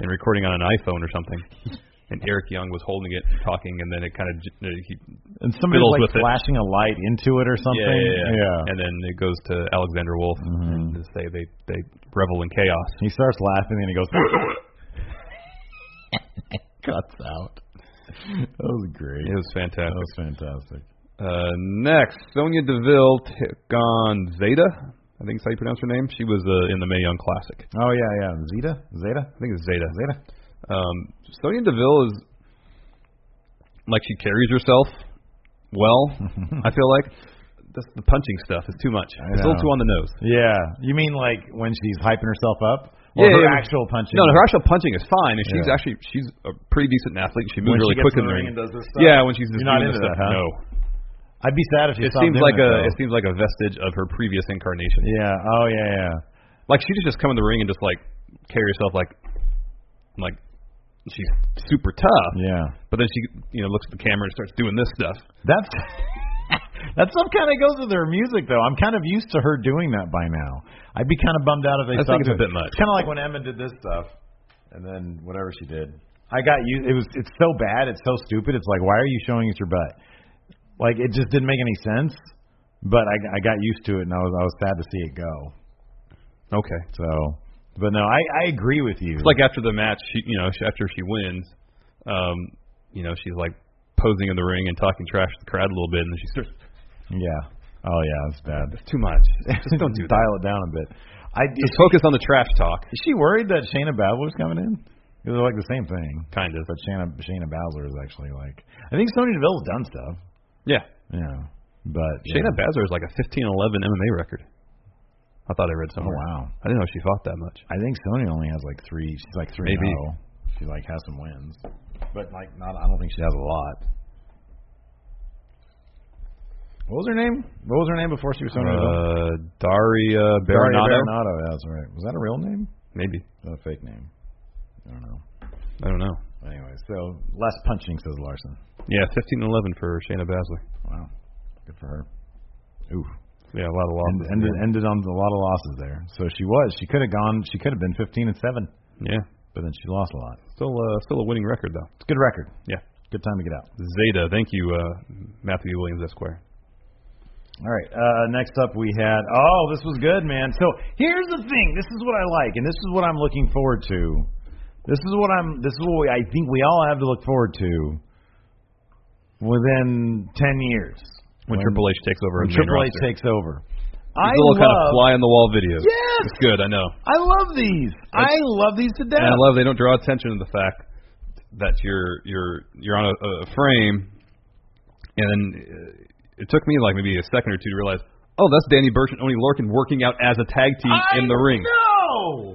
Speaker 4: and recording on an iPhone or something. And Eric Young was holding it, talking, and then it kind of he
Speaker 1: and somebody
Speaker 4: fiddles
Speaker 1: was like
Speaker 4: with it.
Speaker 1: flashing a light into it or something.
Speaker 4: yeah, yeah, And then it goes to Alexander Wolf and they say they they revel in chaos.
Speaker 1: He starts laughing, and he goes, cuts out. That was great.
Speaker 4: It was
Speaker 1: that
Speaker 4: fantastic.
Speaker 1: was fantastic.
Speaker 4: Uh, next, Sonia Deville took on Zeta. I think that's how you pronounce her name. She was uh, in the Mae Young Classic.
Speaker 1: Oh yeah, yeah. Zeta, Zeta,
Speaker 4: I think it's Zeta.
Speaker 1: Zeta.
Speaker 4: Um, Sonya Deville is like she carries herself well. I feel like That's the punching stuff is too much.
Speaker 1: I
Speaker 4: It's a little
Speaker 1: know.
Speaker 4: too on the nose.
Speaker 1: Yeah. You mean like when she's hyping herself up, or her
Speaker 4: Yeah, yeah.
Speaker 1: actual punching?
Speaker 4: No, no, her actual punching is fine, and she's
Speaker 1: Yeah.
Speaker 4: actually she's a pretty decent athlete. She moves
Speaker 1: When she
Speaker 4: really
Speaker 1: gets
Speaker 4: quick
Speaker 1: in the
Speaker 4: in the
Speaker 1: ring
Speaker 4: ring.
Speaker 1: and does this stuff?
Speaker 4: yeah, when she's just
Speaker 1: You're not
Speaker 4: doing
Speaker 1: into
Speaker 4: this stuff.
Speaker 1: that, huh?
Speaker 4: No,
Speaker 1: I'd be sad if she
Speaker 4: it
Speaker 1: stopped
Speaker 4: seems
Speaker 1: doing
Speaker 4: like
Speaker 1: it, though.
Speaker 4: a it seems like a vestige of her previous incarnation.
Speaker 1: yeah. Oh yeah, yeah.
Speaker 4: Like she just just come in the ring and just like carry herself like like she's super tough.
Speaker 1: Yeah.
Speaker 4: But then she you know looks at the camera and starts doing this stuff.
Speaker 1: That's that stuff kind of goes with her music, though. I'm kind of used to her doing that by now. I'd be kind of bummed out if they
Speaker 4: I
Speaker 1: stopped
Speaker 4: think it's a
Speaker 1: doing-
Speaker 4: bit much.
Speaker 1: It's kind of like when Emma did this stuff, and then whatever she did. I got you. It was it's so bad. It's so stupid. It's like why are you showing us your butt? Like it just didn't make any sense. But I I got used to it, and I was I was sad to see it go.
Speaker 4: Okay.
Speaker 1: So, but no, I I agree with you.
Speaker 4: It's like after the match, she, you know, she- after she wins, um, you know, she's like posing in the ring and talking trash to the crowd a little bit, and then she starts.
Speaker 1: yeah. Oh yeah, it's bad.
Speaker 4: It's too much. Just don't do that.
Speaker 1: Dial it down a bit. I
Speaker 4: Just focus on the trash talk,
Speaker 1: Is she worried that Shayna Baszler's coming in? 'Cause They're like the same thing.
Speaker 4: kind of.
Speaker 1: But Shayna Shayna Baszler is actually like I think Sonya Deville's done stuff.
Speaker 4: Yeah,
Speaker 1: Yeah. But
Speaker 4: Shayna
Speaker 1: yeah.
Speaker 4: Baszler is like a 15-11 MMA record. I thought I read
Speaker 1: Oh
Speaker 4: somewhere.
Speaker 1: wow.
Speaker 4: I didn't know she fought that much.
Speaker 1: I think Sonya only has like three she's like three
Speaker 4: Maybe.
Speaker 1: and oh. She like has some wins. But like not I don't think she has a lot. What was her name? What was her name before she was Sonya Deville?
Speaker 4: Uh, Daria
Speaker 1: Daria
Speaker 4: Baronado,
Speaker 1: Baronado, yeah, that's right. Was that a real name?
Speaker 4: maybe.
Speaker 1: Is that a fake name? I don't know.
Speaker 4: I don't know.
Speaker 1: Anyway, so less punching, says Larson.
Speaker 4: Yeah, 15 and 11 for Shayna Baszler.
Speaker 1: Wow, good for her. Ooh,
Speaker 4: Yeah, a lot of
Speaker 1: and,
Speaker 4: losses.
Speaker 1: ended ended on a lot of losses there. So she was. She could have gone. She could have been 15 and seven,
Speaker 4: yeah,
Speaker 1: but then she lost a lot.
Speaker 4: still uh, still a winning record though.
Speaker 1: It's a good record.
Speaker 4: Yeah.
Speaker 1: Good time to get out.
Speaker 4: Zeta, thank you, uh, Matthew Williams Esquire.
Speaker 1: All right. Uh, next up, we had. Oh, this was good, man. So here's the thing. This is what I like, and this is what I'm looking forward to. This is what I'm. This is what we, I think we all have to look forward to. Within ten years,
Speaker 4: When, Triple H takes over,
Speaker 1: when
Speaker 4: the main
Speaker 1: Triple H
Speaker 4: roster.
Speaker 1: takes over,
Speaker 4: These
Speaker 1: I love.
Speaker 4: little kind of fly on the wall videos.
Speaker 1: Yes!
Speaker 4: it's good. I know,
Speaker 1: I love these. I love these to death.
Speaker 4: and I love they don't draw attention to the fact that you're you're you're on a, a frame, and then uh, it took me like maybe a second or two to realize, oh, that's Danny Burch and Oni Lorcan working out as a tag team
Speaker 1: I
Speaker 4: in the ring.
Speaker 1: No,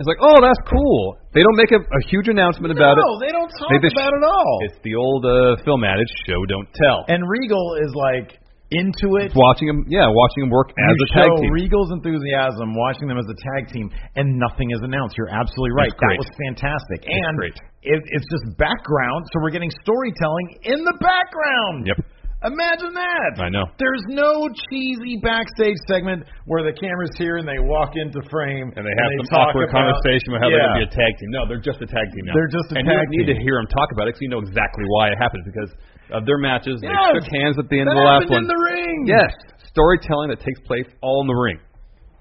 Speaker 4: It's like, oh, that's cool. They don't make a, a huge announcement about
Speaker 1: no,
Speaker 4: it.
Speaker 1: they don't talk
Speaker 4: They just-
Speaker 1: about it all.
Speaker 4: It's the old uh, film adage: show, don't tell.
Speaker 1: And Regal is like into it.
Speaker 4: watching him, yeah, watching him work
Speaker 1: you
Speaker 4: as a tag
Speaker 1: show
Speaker 4: team.
Speaker 1: Regal's enthusiasm, watching them as a tag team, and nothing is announced. You're absolutely right.
Speaker 4: That's great.
Speaker 1: That was fantastic. and
Speaker 4: great.
Speaker 1: It, it's just background, so we're getting storytelling in the background.
Speaker 4: Yep.
Speaker 1: Imagine that.
Speaker 4: I know.
Speaker 1: There's no cheesy backstage segment where the camera's here and they walk into frame
Speaker 4: and they have some
Speaker 1: talk
Speaker 4: awkward
Speaker 1: about-
Speaker 4: conversation about how
Speaker 1: yeah.
Speaker 4: they're going to be a tag team. No, they're just a tag team now.
Speaker 1: They're just a
Speaker 4: and
Speaker 1: tag
Speaker 4: you need to
Speaker 1: team.
Speaker 4: hear them talk about it because you know exactly why it happened because of their matches.
Speaker 1: Yes!
Speaker 4: They shook hands at the end
Speaker 1: That
Speaker 4: of the last
Speaker 1: happened
Speaker 4: one.
Speaker 1: in the ring.
Speaker 4: Yes, storytelling that takes place all in the ring.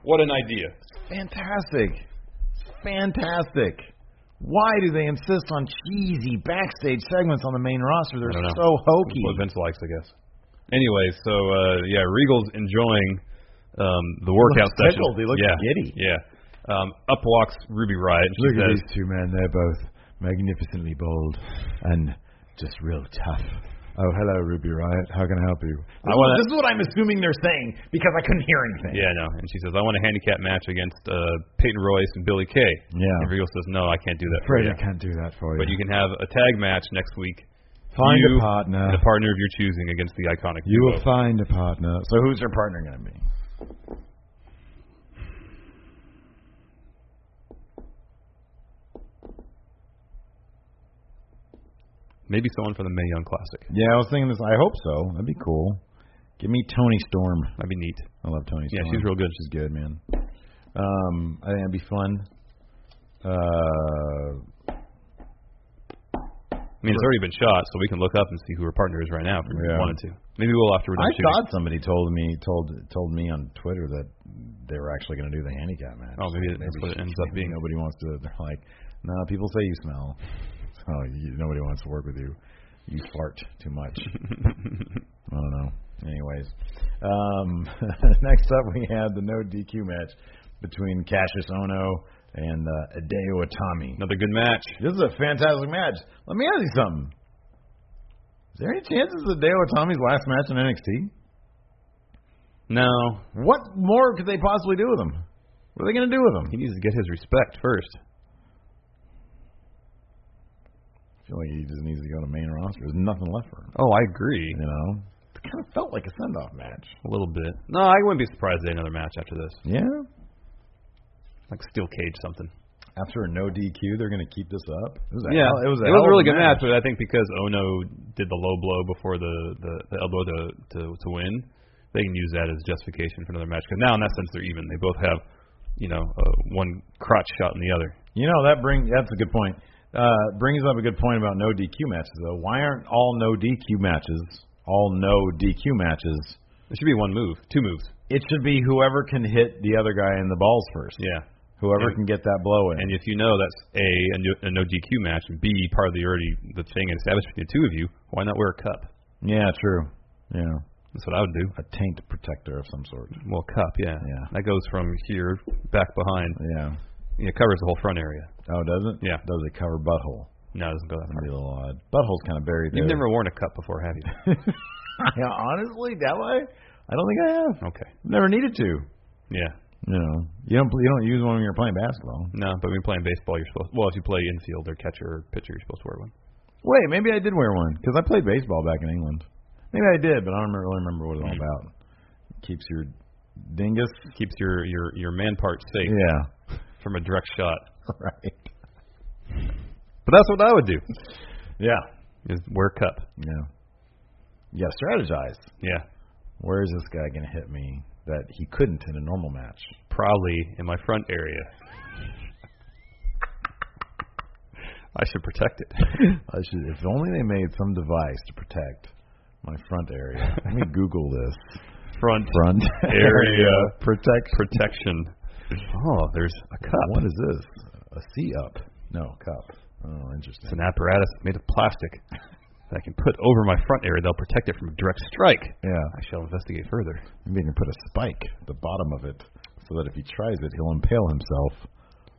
Speaker 4: What an idea!
Speaker 1: Fantastic. Fantastic. Why do they insist on cheesy backstage segments on the main roster?
Speaker 4: I
Speaker 1: They're
Speaker 4: don't know.
Speaker 1: so hokey.
Speaker 4: What Vince likes, I guess. Anyway, so uh, yeah, Regal's enjoying um, the workout
Speaker 1: looks
Speaker 4: session.
Speaker 1: tickled. He looks
Speaker 4: yeah,
Speaker 1: giddy.
Speaker 4: Yeah. Um, up walks Ruby Riot. and She
Speaker 1: Look at
Speaker 4: says,
Speaker 1: these two men. They're both magnificently bold and just real tough. Oh, hello, Ruby Riot. How can I help you?
Speaker 4: I wanna-
Speaker 1: this is what I'm assuming they're saying because I couldn't hear anything.
Speaker 4: Yeah, no. And she says, I want a handicap match against uh, Peyton Royce and Billy Kay.
Speaker 1: Yeah.
Speaker 4: And Regal says, No, I can't do that. for
Speaker 1: Afraid
Speaker 4: you.
Speaker 1: I can't do that for you.
Speaker 4: But you can have a tag match next week.
Speaker 1: find a
Speaker 4: you
Speaker 1: partner.
Speaker 4: and The Oh. partner of your choosing against the iconic.
Speaker 1: you will
Speaker 4: duo.
Speaker 1: find a partner. So who's your partner going to be?
Speaker 4: Maybe someone from the May Young Classic.
Speaker 1: Yeah, I was thinking this. I hope so. That'd be cool. Give me Tony Storm.
Speaker 4: That'd be neat.
Speaker 1: I love Tony
Speaker 4: Yeah,
Speaker 1: Storm.
Speaker 4: she's real good.
Speaker 1: She's good, man. Um, I think that'd be fun. Uh,
Speaker 4: I mean, it's already been shot, so we can look up and see who her partner is right now if we
Speaker 1: Yeah.
Speaker 4: wanted to. Maybe we'll after we're
Speaker 1: I
Speaker 4: done shooting.
Speaker 1: thought somebody told me told told me on Twitter that they were actually going to do the handicap match.
Speaker 4: Oh, maybe that's what it ends up being.
Speaker 1: Nobody wants to. They're like, no, people say you smell, so you, nobody wants to work with you. You fart too much. I don't know. Anyways, um, next up we had the no DQ match between Cassius Ono and uh, Hideo Itami.
Speaker 4: Another good match.
Speaker 1: This is a fantastic match. Let me ask you something. Is there any chances of Hideo Itami's last match in NXT?
Speaker 4: No,
Speaker 1: What more could they possibly do with him? What are they going to do with him?
Speaker 4: he needs to get his respect first.
Speaker 1: I feel like he just needs to go to main roster. There's nothing left for him.
Speaker 4: Oh, I agree.
Speaker 1: You know, it kind of felt like a send off match.
Speaker 4: A little bit. No, I wouldn't be surprised they had another match after this,
Speaker 1: Yeah.
Speaker 4: like steel cage something.
Speaker 1: After a no DQ, they're going to keep this up. It was a
Speaker 4: Yeah,
Speaker 1: hell- it was a, hell of
Speaker 4: really
Speaker 1: a
Speaker 4: good match. but I think because Ono did the low blow before the the, the elbow to, to to win, they can use that as justification for another match. Because now in that sense they're even. They both have, you know, uh, one crotch shot in the other.
Speaker 1: You know that bring that's a good point. Uh, brings up a good point about no DQ matches though. Why aren't all no DQ matches all no DQ matches?
Speaker 4: It should be one move, two moves.
Speaker 1: It should be whoever can hit the other guy in the balls first.
Speaker 4: Yeah,
Speaker 1: Whoever can
Speaker 4: And-
Speaker 1: get that blow in.
Speaker 4: and if you know that's a a, no- a no DQ match and B part of the already the thing established between the two of you, why not wear a cup?
Speaker 1: yeah, true. Yeah.
Speaker 4: That's what I would do.
Speaker 1: A taint protector of some sort.
Speaker 4: Well, cup, yeah,
Speaker 1: Yeah.
Speaker 4: That goes from here back behind.
Speaker 1: Yeah.
Speaker 4: Yeah, it covers the whole front area.
Speaker 1: Oh, does it?
Speaker 4: Yeah.
Speaker 1: Does it cover butthole?
Speaker 4: No, it doesn't go that far.
Speaker 1: That'd be a little odd. Butthole's kind of buried
Speaker 4: You've
Speaker 1: there.
Speaker 4: never worn a cup before, have you?
Speaker 1: yeah, honestly, that way, I don't think I have.
Speaker 4: Okay.
Speaker 1: I've never needed to.
Speaker 4: Yeah.
Speaker 1: You know, you don't you don't use one when you're playing basketball.
Speaker 4: No, but when you're playing baseball, you're supposed. Well, if you play infield or catcher or pitcher, you're supposed to wear one.
Speaker 1: Wait, maybe I did wear one because I played baseball back in England. Maybe I did, but I don't really remember what it was all about. Keeps your dingus.
Speaker 4: Keeps your your your man part safe
Speaker 1: Yeah,
Speaker 4: from a direct shot.
Speaker 1: right.
Speaker 4: But that's what I would do.
Speaker 1: Yeah.
Speaker 4: Is wear a cup.
Speaker 1: Yeah. You gotta strategize.
Speaker 4: Yeah.
Speaker 1: Where is this guy gonna hit me that he couldn't in a normal match?
Speaker 4: Probably in my front area. I should protect it.
Speaker 1: I should, if only they made some device to protect my front area. Let me Google this.
Speaker 4: Front
Speaker 1: Front
Speaker 4: area
Speaker 1: protect.
Speaker 4: protection. Oh, there's a cup.
Speaker 1: What is this? A C up? No, cup. Oh, interesting.
Speaker 4: It's an apparatus made of plastic that I can put over my front area. They'll protect it from a direct strike.
Speaker 1: Yeah.
Speaker 4: I shall investigate further.
Speaker 1: Maybe you can put a spike at the bottom of it so that if he tries it, he'll impale himself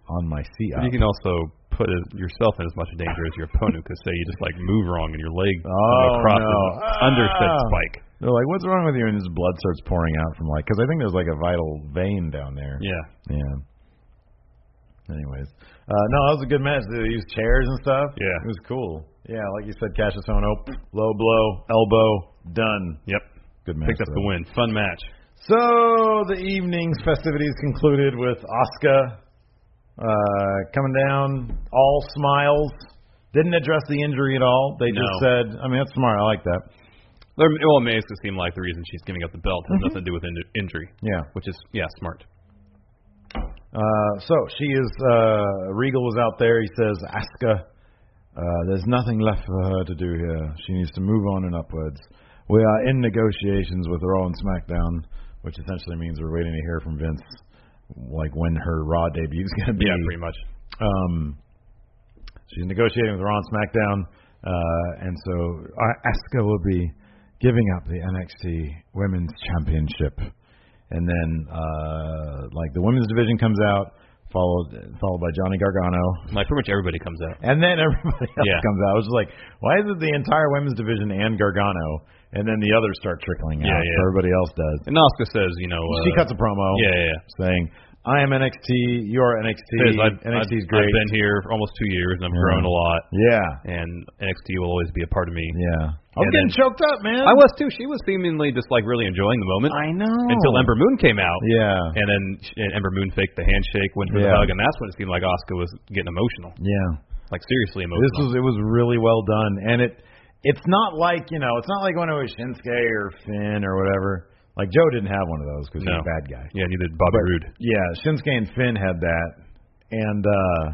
Speaker 1: on my sea
Speaker 4: But
Speaker 1: up.
Speaker 4: you can also put it, yourself in as much danger as your opponent because say you just like move wrong and your leg
Speaker 1: Oh,
Speaker 4: crosses
Speaker 1: no.
Speaker 4: under said
Speaker 1: Ah.
Speaker 4: spike.
Speaker 1: They're like, what's wrong with you? And his blood starts pouring out from like, because I think there's like a vital vein down there.
Speaker 4: Yeah.
Speaker 1: Yeah. Anyways, uh, no, that was a good match. They used chairs and stuff.
Speaker 4: Yeah.
Speaker 1: It was cool. Yeah, like you said, Cassius Ono, oh, low blow, elbow, done.
Speaker 4: Yep.
Speaker 1: Good match.
Speaker 4: Picked up
Speaker 1: though.
Speaker 4: the win. Fun match.
Speaker 1: So the evening's festivities concluded with Asuka uh, coming down, all smiles. Didn't address the injury at all. They just
Speaker 4: No.
Speaker 1: said, I mean, that's smart. I like that.
Speaker 4: There, well, it makes it seem like the reason she's giving up the belt has
Speaker 1: Mm-hmm.
Speaker 4: nothing to do with in- injury,
Speaker 1: Yeah.
Speaker 4: which is yeah, smart.
Speaker 1: Uh, so she is. Uh, Regal was out there. He says, Asuka, uh, there's nothing left for her to do here. She needs to move on and upwards. We are in negotiations with Raw and SmackDown, which essentially means we're waiting to hear from Vince, like when her Raw debut is going to be.
Speaker 4: Yeah, pretty much.
Speaker 1: Um, she's negotiating with Raw and SmackDown, uh, and so uh, Asuka will be giving up the NXT Women's Championship, and then uh, like the women's division comes out, followed followed by Johnny Gargano,
Speaker 4: Like pretty much everybody comes out.
Speaker 1: and then everybody else
Speaker 4: Yeah.
Speaker 1: comes out. I was just like, why is it the entire women's division and Gargano, and then the others start trickling
Speaker 4: Yeah,
Speaker 1: out?
Speaker 4: yeah.
Speaker 1: So everybody else does.
Speaker 4: And Asuka says, you know,
Speaker 1: she
Speaker 4: uh,
Speaker 1: cuts a promo,
Speaker 4: Yeah, yeah. yeah.
Speaker 1: saying. I am NXT. You are
Speaker 4: Says,
Speaker 1: NXT.
Speaker 4: I've, I've,
Speaker 1: NXT is
Speaker 4: I've
Speaker 1: great.
Speaker 4: been here for almost two years and I've
Speaker 1: Yeah.
Speaker 4: grown a lot,
Speaker 1: yeah,
Speaker 4: and NXT will always be a part of me.
Speaker 1: Yeah. I was getting
Speaker 4: And then-
Speaker 1: choked up, man.
Speaker 4: I was too. She was seemingly just like really enjoying the moment
Speaker 1: I know.
Speaker 4: until Ember Moon came out,
Speaker 1: Yeah.
Speaker 4: and then sh- and Ember Moon faked the handshake, went for the
Speaker 1: Yeah.
Speaker 4: hug, and that's when it seemed like Asuka was getting emotional,
Speaker 1: Yeah.
Speaker 4: like seriously emotional.
Speaker 1: This was it was really well done, and it it's not like you know it's not like when it was Shinsuke or Finn or whatever. Like Joe didn't have one of those because
Speaker 4: No.
Speaker 1: he's a bad guy.
Speaker 4: yeah, neither did Bobby
Speaker 1: But,
Speaker 4: Roode.
Speaker 1: Yeah, Shinsuke and Finn had that, and uh,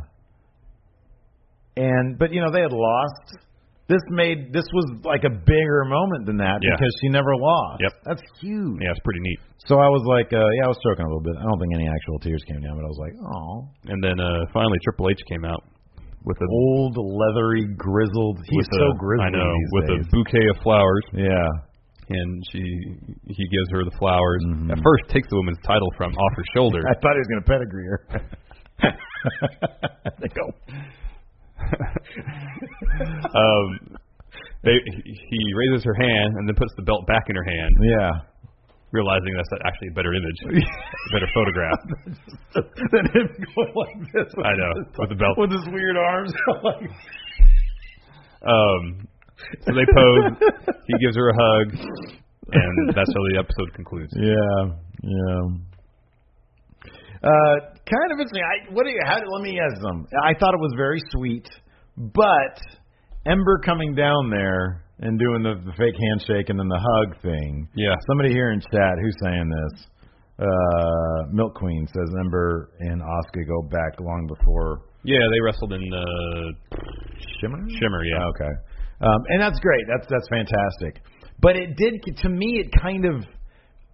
Speaker 1: and but you know they had lost. This made this was like a bigger moment than that
Speaker 4: Yeah.
Speaker 1: because she never lost.
Speaker 4: Yep.
Speaker 1: that's huge.
Speaker 4: Yeah, it's pretty neat.
Speaker 1: So I was like, uh, yeah, I was choking a little bit. I don't think any actual tears came down, but I was like, oh,
Speaker 4: And then uh, finally, Triple H came out with a
Speaker 1: old, leathery, grizzled. He's
Speaker 4: with
Speaker 1: so
Speaker 4: a,
Speaker 1: grizzled.
Speaker 4: I know
Speaker 1: these
Speaker 4: with
Speaker 1: days.
Speaker 4: a bouquet of flowers,
Speaker 1: yeah,
Speaker 4: and she he gives her the flowers.
Speaker 1: Mhm.
Speaker 4: At first, takes the woman's title from off her shoulder.
Speaker 1: I thought he was gonna pedigree her. they go.
Speaker 4: um, they, he raises her hand and then puts the belt back in her hand,
Speaker 1: Yeah.
Speaker 4: realizing that's actually a better image, a better photograph.
Speaker 1: then him going like this. With
Speaker 4: I know, with the belt.
Speaker 1: With his weird arms. like,
Speaker 4: Um, so they pose. He gives her a hug, and that's how the episode concludes.
Speaker 1: yeah. Yeah. Uh, kind of interesting. I, what do you? How, let me ask them. I thought it was very sweet, but Ember coming down there and doing the, the fake handshake and then the hug thing.
Speaker 4: Yeah.
Speaker 1: Somebody here in chat who's saying this. Uh, Milk Queen says Ember and Oscar go back long before
Speaker 4: Yeah, they wrestled in uh,
Speaker 1: Shimmer.
Speaker 4: Shimmer. Yeah.
Speaker 1: Okay. Um, and that's great. That's that's fantastic. But it did to me. It kind of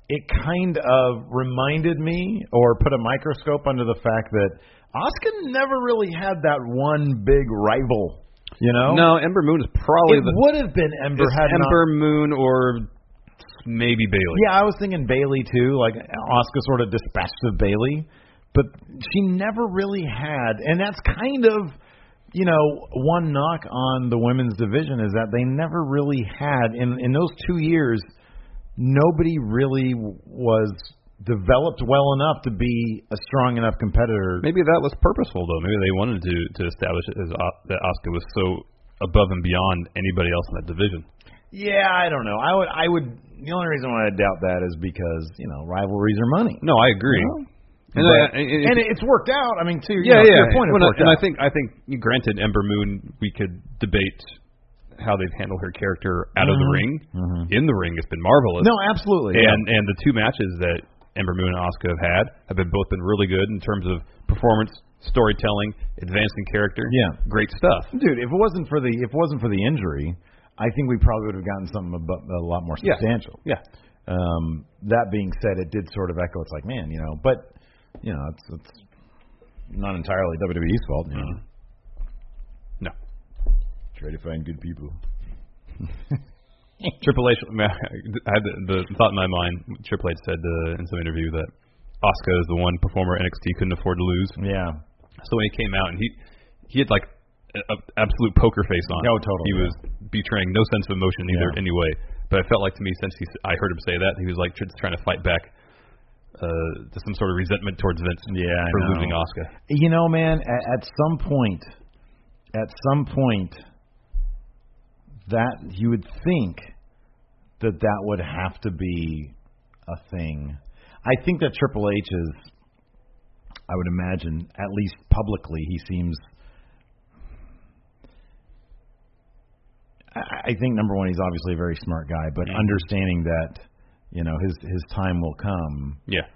Speaker 1: it kind of reminded me or put a microscope under the fact that Oscar never really had that one big rival. You know.
Speaker 4: No, Ember Moon is probably
Speaker 1: It
Speaker 4: the
Speaker 1: would have been Ember
Speaker 4: it's
Speaker 1: had not-
Speaker 4: Ember Moon or maybe Bailey.
Speaker 1: Yeah, I was thinking Bailey too. Like Oscar sort of dispatched of Bailey, but she never really had, and that's kind of you know one knock on the women's division is that they never really had in in those two years nobody really was developed well enough to be a strong enough competitor.
Speaker 4: Maybe that was purposeful though. Maybe they wanted to to establish it as, O- that Oscar was so above and beyond anybody else in that division.
Speaker 1: Yeah, I don't know. I would I would the only reason why I doubt that is because you know rivalries are money.
Speaker 4: No, I agree. And,
Speaker 1: But-
Speaker 4: I, and,
Speaker 1: and it- it's worked out. I mean, too. you
Speaker 4: yeah,
Speaker 1: know, to
Speaker 4: yeah.
Speaker 1: your point, it
Speaker 4: Well,
Speaker 1: worked
Speaker 4: and I
Speaker 1: out.
Speaker 4: think I think granted Ember Moon, we could debate how they've handled her character out of the
Speaker 1: Mhm.
Speaker 4: ring. In the ring, it's been marvelous.
Speaker 1: no, absolutely. yeah.
Speaker 4: and and the two matches that Ember Moon and Oscar have had have been both been really good in terms of performance, storytelling, advancing character.
Speaker 1: Yeah.
Speaker 4: great stuff.
Speaker 1: dude, if it wasn't for the if it wasn't for the injury, I think we probably would have gotten something a, bu- a lot more
Speaker 4: Yeah.
Speaker 1: substantial.
Speaker 4: Yeah.
Speaker 1: Um, that being said, it did sort of echo. It's like, man, you know, but you know, it's it's not entirely WWE's fault. You know,
Speaker 4: Mm-hmm. No.
Speaker 1: try to find good people.
Speaker 4: Triple H. I had the, the thought in my mind. Triple H said uh, in some interview that Oscar is the one performer NXT couldn't afford to lose.
Speaker 1: Yeah,
Speaker 4: So when he came out and he he had like an absolute poker face on.
Speaker 1: Oh, totally,
Speaker 4: He
Speaker 1: yeah.
Speaker 4: was betraying no sense of emotion either
Speaker 1: Yeah.
Speaker 4: anyway. But I felt like to me since he I heard him say that he was like tr- trying to fight back uh, to some sort of resentment towards Vince
Speaker 1: Yeah, I
Speaker 4: for
Speaker 1: know.
Speaker 4: losing Oscar.
Speaker 1: You know, man, at, at some point, at some point, that you would think that that would have to be a thing. I think that Triple H is, I would imagine, at least publicly, he seems. I I think number one, he's obviously a very smart guy, but
Speaker 4: Mhm.
Speaker 1: understanding that, you know, his his time will come
Speaker 4: Yeah.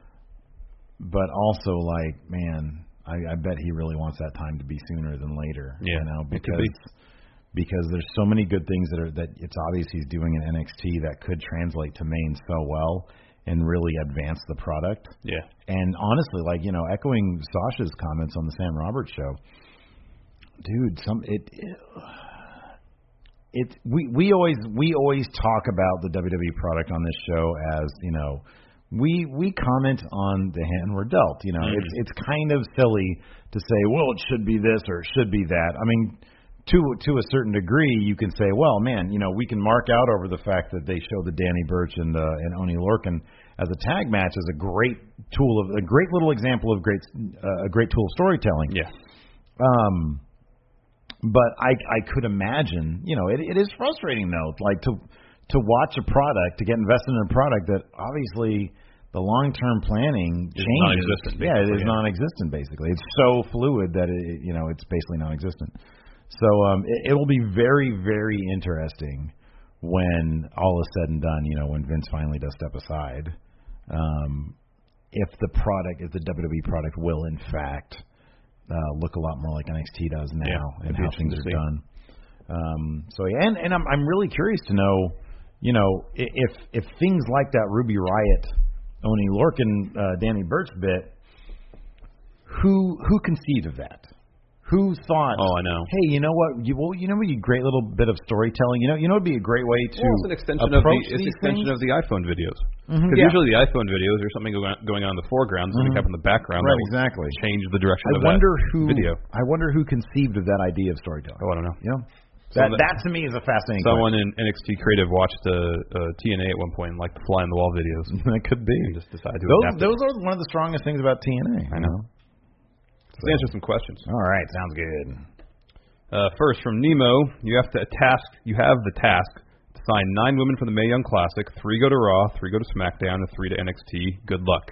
Speaker 1: but also like, man, I, I bet he really wants that time to be sooner than later.
Speaker 4: Yeah,
Speaker 1: you know,
Speaker 4: it could
Speaker 1: because because there's so many good things that are that it's obvious he's doing in NXT that could translate to Maine so well and really advance the product.
Speaker 4: Yeah.
Speaker 1: And honestly, like you know, echoing Sasha's comments on the Sam Roberts show, dude, some it. it it we we always we always talk about the WWE product on this show as you know we we comment on the hand we're dealt you know it's it's kind of silly to say well it should be this or it should be that I mean to to a certain degree you can say well man you know we can mark out over the fact that they show the Danny Burch and the and Oni Lorcan as a tag match as a great tool of a great little example of great uh, a great tool of storytelling
Speaker 4: Yeah.
Speaker 1: um, but I I could imagine, you know, it it is frustrating though, like to to watch a product, to get invested in a product that obviously the long term planning
Speaker 4: Is
Speaker 1: changes.
Speaker 4: non-existent,
Speaker 1: yeah, it
Speaker 4: basically,
Speaker 1: is
Speaker 4: yeah.
Speaker 1: non-existent basically. It's so fluid that it you know it's basically non-existent. So um, it, it'll be very very interesting when all is said and done. You know, when Vince finally does step aside. Um, if the product, if the WWE product will in fact uh, look a lot more like NXT does now
Speaker 4: Yeah,
Speaker 1: and
Speaker 4: it'd be
Speaker 1: how
Speaker 4: interesting
Speaker 1: things are
Speaker 4: to see.
Speaker 1: done. Um, so yeah, and and I'm I'm really curious to know, you know, i- if if things like that Ruby Riot, Oni Lorcan, uh, Danny Burch bit, who who conceived of that? Who thought?
Speaker 4: Oh, I know.
Speaker 1: Hey, you know what? You well, you know, what? You great little bit of storytelling. You know, you know, it'd be a great way to
Speaker 4: Well, it's an extension of the
Speaker 1: approach
Speaker 4: it's an
Speaker 1: these things. Mm-hmm.
Speaker 4: extension of the iPhone videos. Because
Speaker 1: Yeah.
Speaker 4: usually the iPhone videos there's something going on, going on in the foreground, something
Speaker 1: Mhm.
Speaker 4: happening in the background
Speaker 1: Right,
Speaker 4: that will
Speaker 1: exactly.
Speaker 4: change the direction
Speaker 1: I
Speaker 4: of
Speaker 1: wonder
Speaker 4: that
Speaker 1: who
Speaker 4: video.
Speaker 1: I wonder who conceived of that idea of storytelling.
Speaker 4: Oh, I don't know.
Speaker 1: You know,
Speaker 4: So
Speaker 1: that
Speaker 4: that-
Speaker 1: that to me is a fascinating.
Speaker 4: Someone in NXT Creative watched uh, uh, TNA at one point, like the fly on the wall videos.
Speaker 1: question. that could be.
Speaker 4: and just decided to
Speaker 1: Those
Speaker 4: adapt
Speaker 1: those are one of the strongest things about TNA.
Speaker 4: I know. it. Let's answer some questions.
Speaker 1: All right, sounds good.
Speaker 4: Uh, first, from Nemo, you have to task. You have the task to sign nine women for the May Young Classic. Three go to Raw, three go to SmackDown, and three to NXT. Good luck.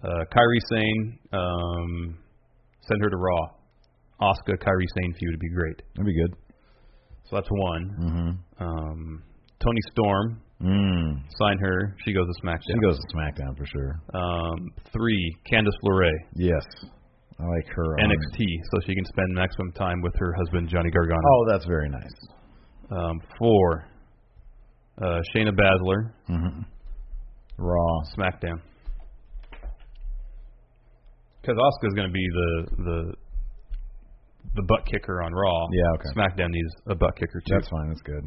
Speaker 4: Uh, Kyrie Sane, um, send her to Raw. Oscar Kyrie Sane feud would be great.
Speaker 1: That'd be good.
Speaker 4: So that's one.
Speaker 1: Mm-hmm.
Speaker 4: Um, Tony Storm,
Speaker 1: Mm.
Speaker 4: sign her. She goes to SmackDown.
Speaker 1: She goes to SmackDown for sure.
Speaker 4: Um, three, Candice LeRae,
Speaker 1: Yes, I like her. um, on-
Speaker 4: NXT, so she can spend maximum time with her husband Johnny Gargano.
Speaker 1: Oh, that's very nice.
Speaker 4: Um, four, uh, Shayna Baszler,
Speaker 1: Mm-hmm. Raw.
Speaker 4: SmackDown. Because Oscar's going to be the the the butt kicker on Raw.
Speaker 1: Yeah, okay.
Speaker 4: SmackDown needs a butt kicker too.
Speaker 1: That's fine. That's good.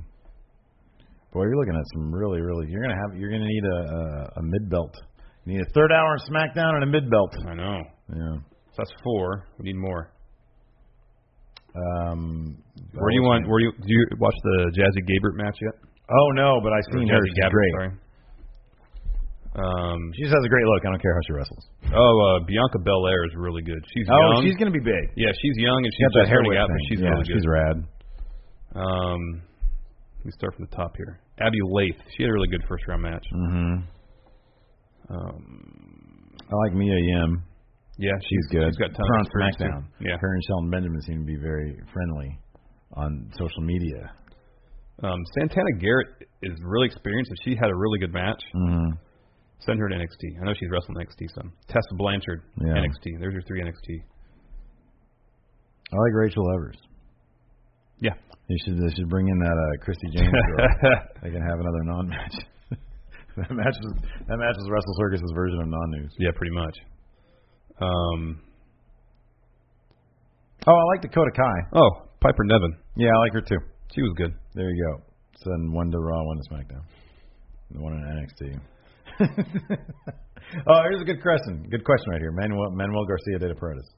Speaker 1: Boy, you're looking at some really, really. You're gonna have. You're gonna need a a, a mid belt. You need a third hour in SmackDown and a mid belt.
Speaker 4: I know.
Speaker 1: Yeah.
Speaker 4: So that's four. We need more.
Speaker 1: Um,
Speaker 4: Where do you want? Where do you do you watch the Jazzy Gabert match yet?
Speaker 1: Oh no, but I seen her.
Speaker 4: Jazzy
Speaker 1: She's
Speaker 4: Gabbert,
Speaker 1: great.
Speaker 4: sorry. Um,
Speaker 1: She just has a great look. I don't care how she wrestles.
Speaker 4: oh, uh, Bianca Belair is really good. She's
Speaker 1: Oh,
Speaker 4: young.
Speaker 1: she's gonna be big.
Speaker 4: yeah, she's young and
Speaker 1: She
Speaker 4: she's
Speaker 1: got that
Speaker 4: just
Speaker 1: hair
Speaker 4: starting
Speaker 1: whip
Speaker 4: out, but
Speaker 1: thing.
Speaker 4: she's
Speaker 1: yeah,
Speaker 4: really good.
Speaker 1: she's rad.
Speaker 4: Um, let me start from the top here. Abby Lath, she had a really good first round match.
Speaker 1: Mm-hmm.
Speaker 4: Um,
Speaker 1: I like Mia Yim.
Speaker 4: Yeah,
Speaker 1: She's good.
Speaker 4: She's got
Speaker 1: Her
Speaker 4: tons
Speaker 1: on
Speaker 4: of experience, too.
Speaker 1: SmackDown.
Speaker 4: Yeah.
Speaker 1: Her and Shelton Benjamin seem to be very friendly on social media.
Speaker 4: Um, Santana Garrett is really experienced, and she had a really good match.
Speaker 1: Mm-hmm.
Speaker 4: Send her to NXT. I know she's wrestling NXT some. Tessa Blanchard,
Speaker 1: Yeah.
Speaker 4: NXT. There's your three NXT.
Speaker 1: I like Rachel Evers.
Speaker 4: Yeah.
Speaker 1: They should they should bring in that uh, Christy James. girl. they can have another non-match. that match was that match was Wrestle Circus's version of non-news.
Speaker 4: yeah, pretty much. Um,
Speaker 1: Oh, I like Dakota Kai.
Speaker 4: oh, Piper Nevin.
Speaker 1: Yeah, I like her too.
Speaker 4: She was good.
Speaker 1: There you go. Send one to Raw, one to SmackDown, and one to NXT. oh, here's a good question. Good question right here. Manuel Manuel Garcia de la Paredes.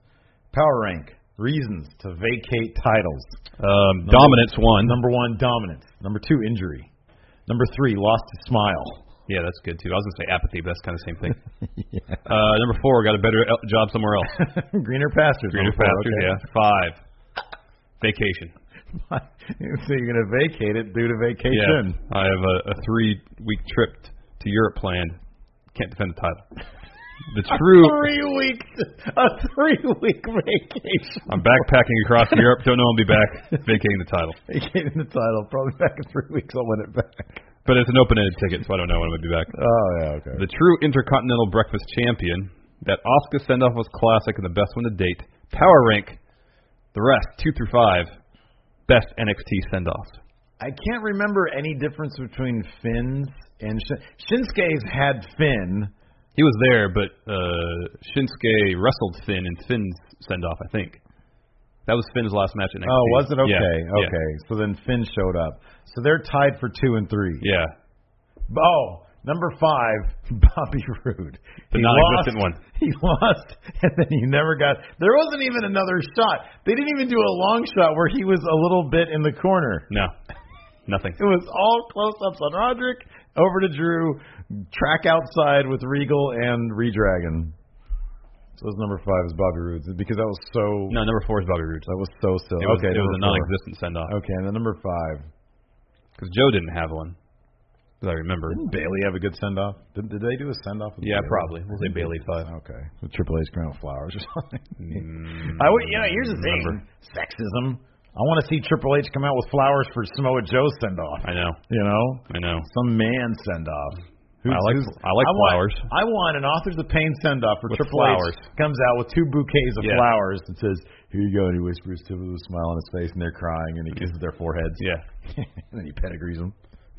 Speaker 1: Power rank reasons to vacate titles.
Speaker 4: Um, Dominance won.
Speaker 1: Number one, dominance. Number two, injury. Number three, lost to smile.
Speaker 4: Yeah, that's good too. I was gonna say apathy, but that's kind of the same thing. uh, number four got a better el- job somewhere else.
Speaker 1: Greener pastures.
Speaker 4: Greener
Speaker 1: number four,
Speaker 4: pastures.
Speaker 1: okay.
Speaker 4: Yeah. Five. Vacation.
Speaker 1: so you're gonna vacate it due to vacation.
Speaker 4: Yeah. I have a, a three week trip t- to Europe planned. Can't defend the title. The true.
Speaker 1: Three weeks, a three week vacation.
Speaker 4: I'm backpacking across Europe. Don't know I'll be back. Vacating the title.
Speaker 1: Vacating the title, probably back in three weeks. I'll win it back.
Speaker 4: But it's an open ended ticket, so I don't know when I'm going to be back.
Speaker 1: Oh yeah, okay.
Speaker 4: The true Intercontinental Breakfast Champion. That Oscar send off was classic and the best one to date. Power rank. The rest, two through five. Best NXT send offs.
Speaker 1: I can't remember any difference between Finn's and Shin- Shinsuke's had Finn.
Speaker 4: He was there, but uh, Shinsuke wrestled Finn in Finn's send off, I think. That was Finn's last match at NXT.
Speaker 1: Oh, was it okay?
Speaker 4: Yeah, yeah,
Speaker 1: okay. So then Finn showed up. So they're tied for two and three.
Speaker 4: Yeah.
Speaker 1: Oh, number five, Bobby Roode.
Speaker 4: The
Speaker 1: He
Speaker 4: non-existent
Speaker 1: lost-
Speaker 4: one.
Speaker 1: He lost, and then he never got. There wasn't even another shot. They didn't even do a long shot where he was a little bit in the corner.
Speaker 4: No. Nothing.
Speaker 1: It was all close-ups on Roderick, over to Drew, track outside with Regal and Redragon. So that's number five is Bobby Roode's because that was so
Speaker 4: No, number four is Bobby Roode.
Speaker 1: that was so silly.
Speaker 4: It was,
Speaker 1: okay,
Speaker 4: it was a
Speaker 1: number four.
Speaker 4: non-existent send-off
Speaker 1: Okay, and then number five.
Speaker 4: because Joe didn't have one, as I remember.
Speaker 1: Didn't Bailey have a good send off? Did, did they do a send off?
Speaker 4: Yeah, probably. We'll say Bailey five.
Speaker 1: Okay, with Triple H crown of flowers or something. I would, you know, here's the thing:
Speaker 4: Mm. remember.
Speaker 1: sexism. I want to see Triple H come out with flowers for Samoa Joe's send off.
Speaker 4: I know.
Speaker 1: You know,
Speaker 4: I know.
Speaker 1: some man send off.
Speaker 4: I like I like
Speaker 1: want,
Speaker 4: flowers.
Speaker 1: I want an authors of pain send off where
Speaker 4: With
Speaker 1: Triple
Speaker 4: flowers.
Speaker 1: H comes out with two bouquets of
Speaker 4: Yeah.
Speaker 1: flowers and says, "Here you go," and he whispers to them with a smile on his face, and they're crying, and he kisses their foreheads,
Speaker 4: Yeah.
Speaker 1: and then he pedigrees them.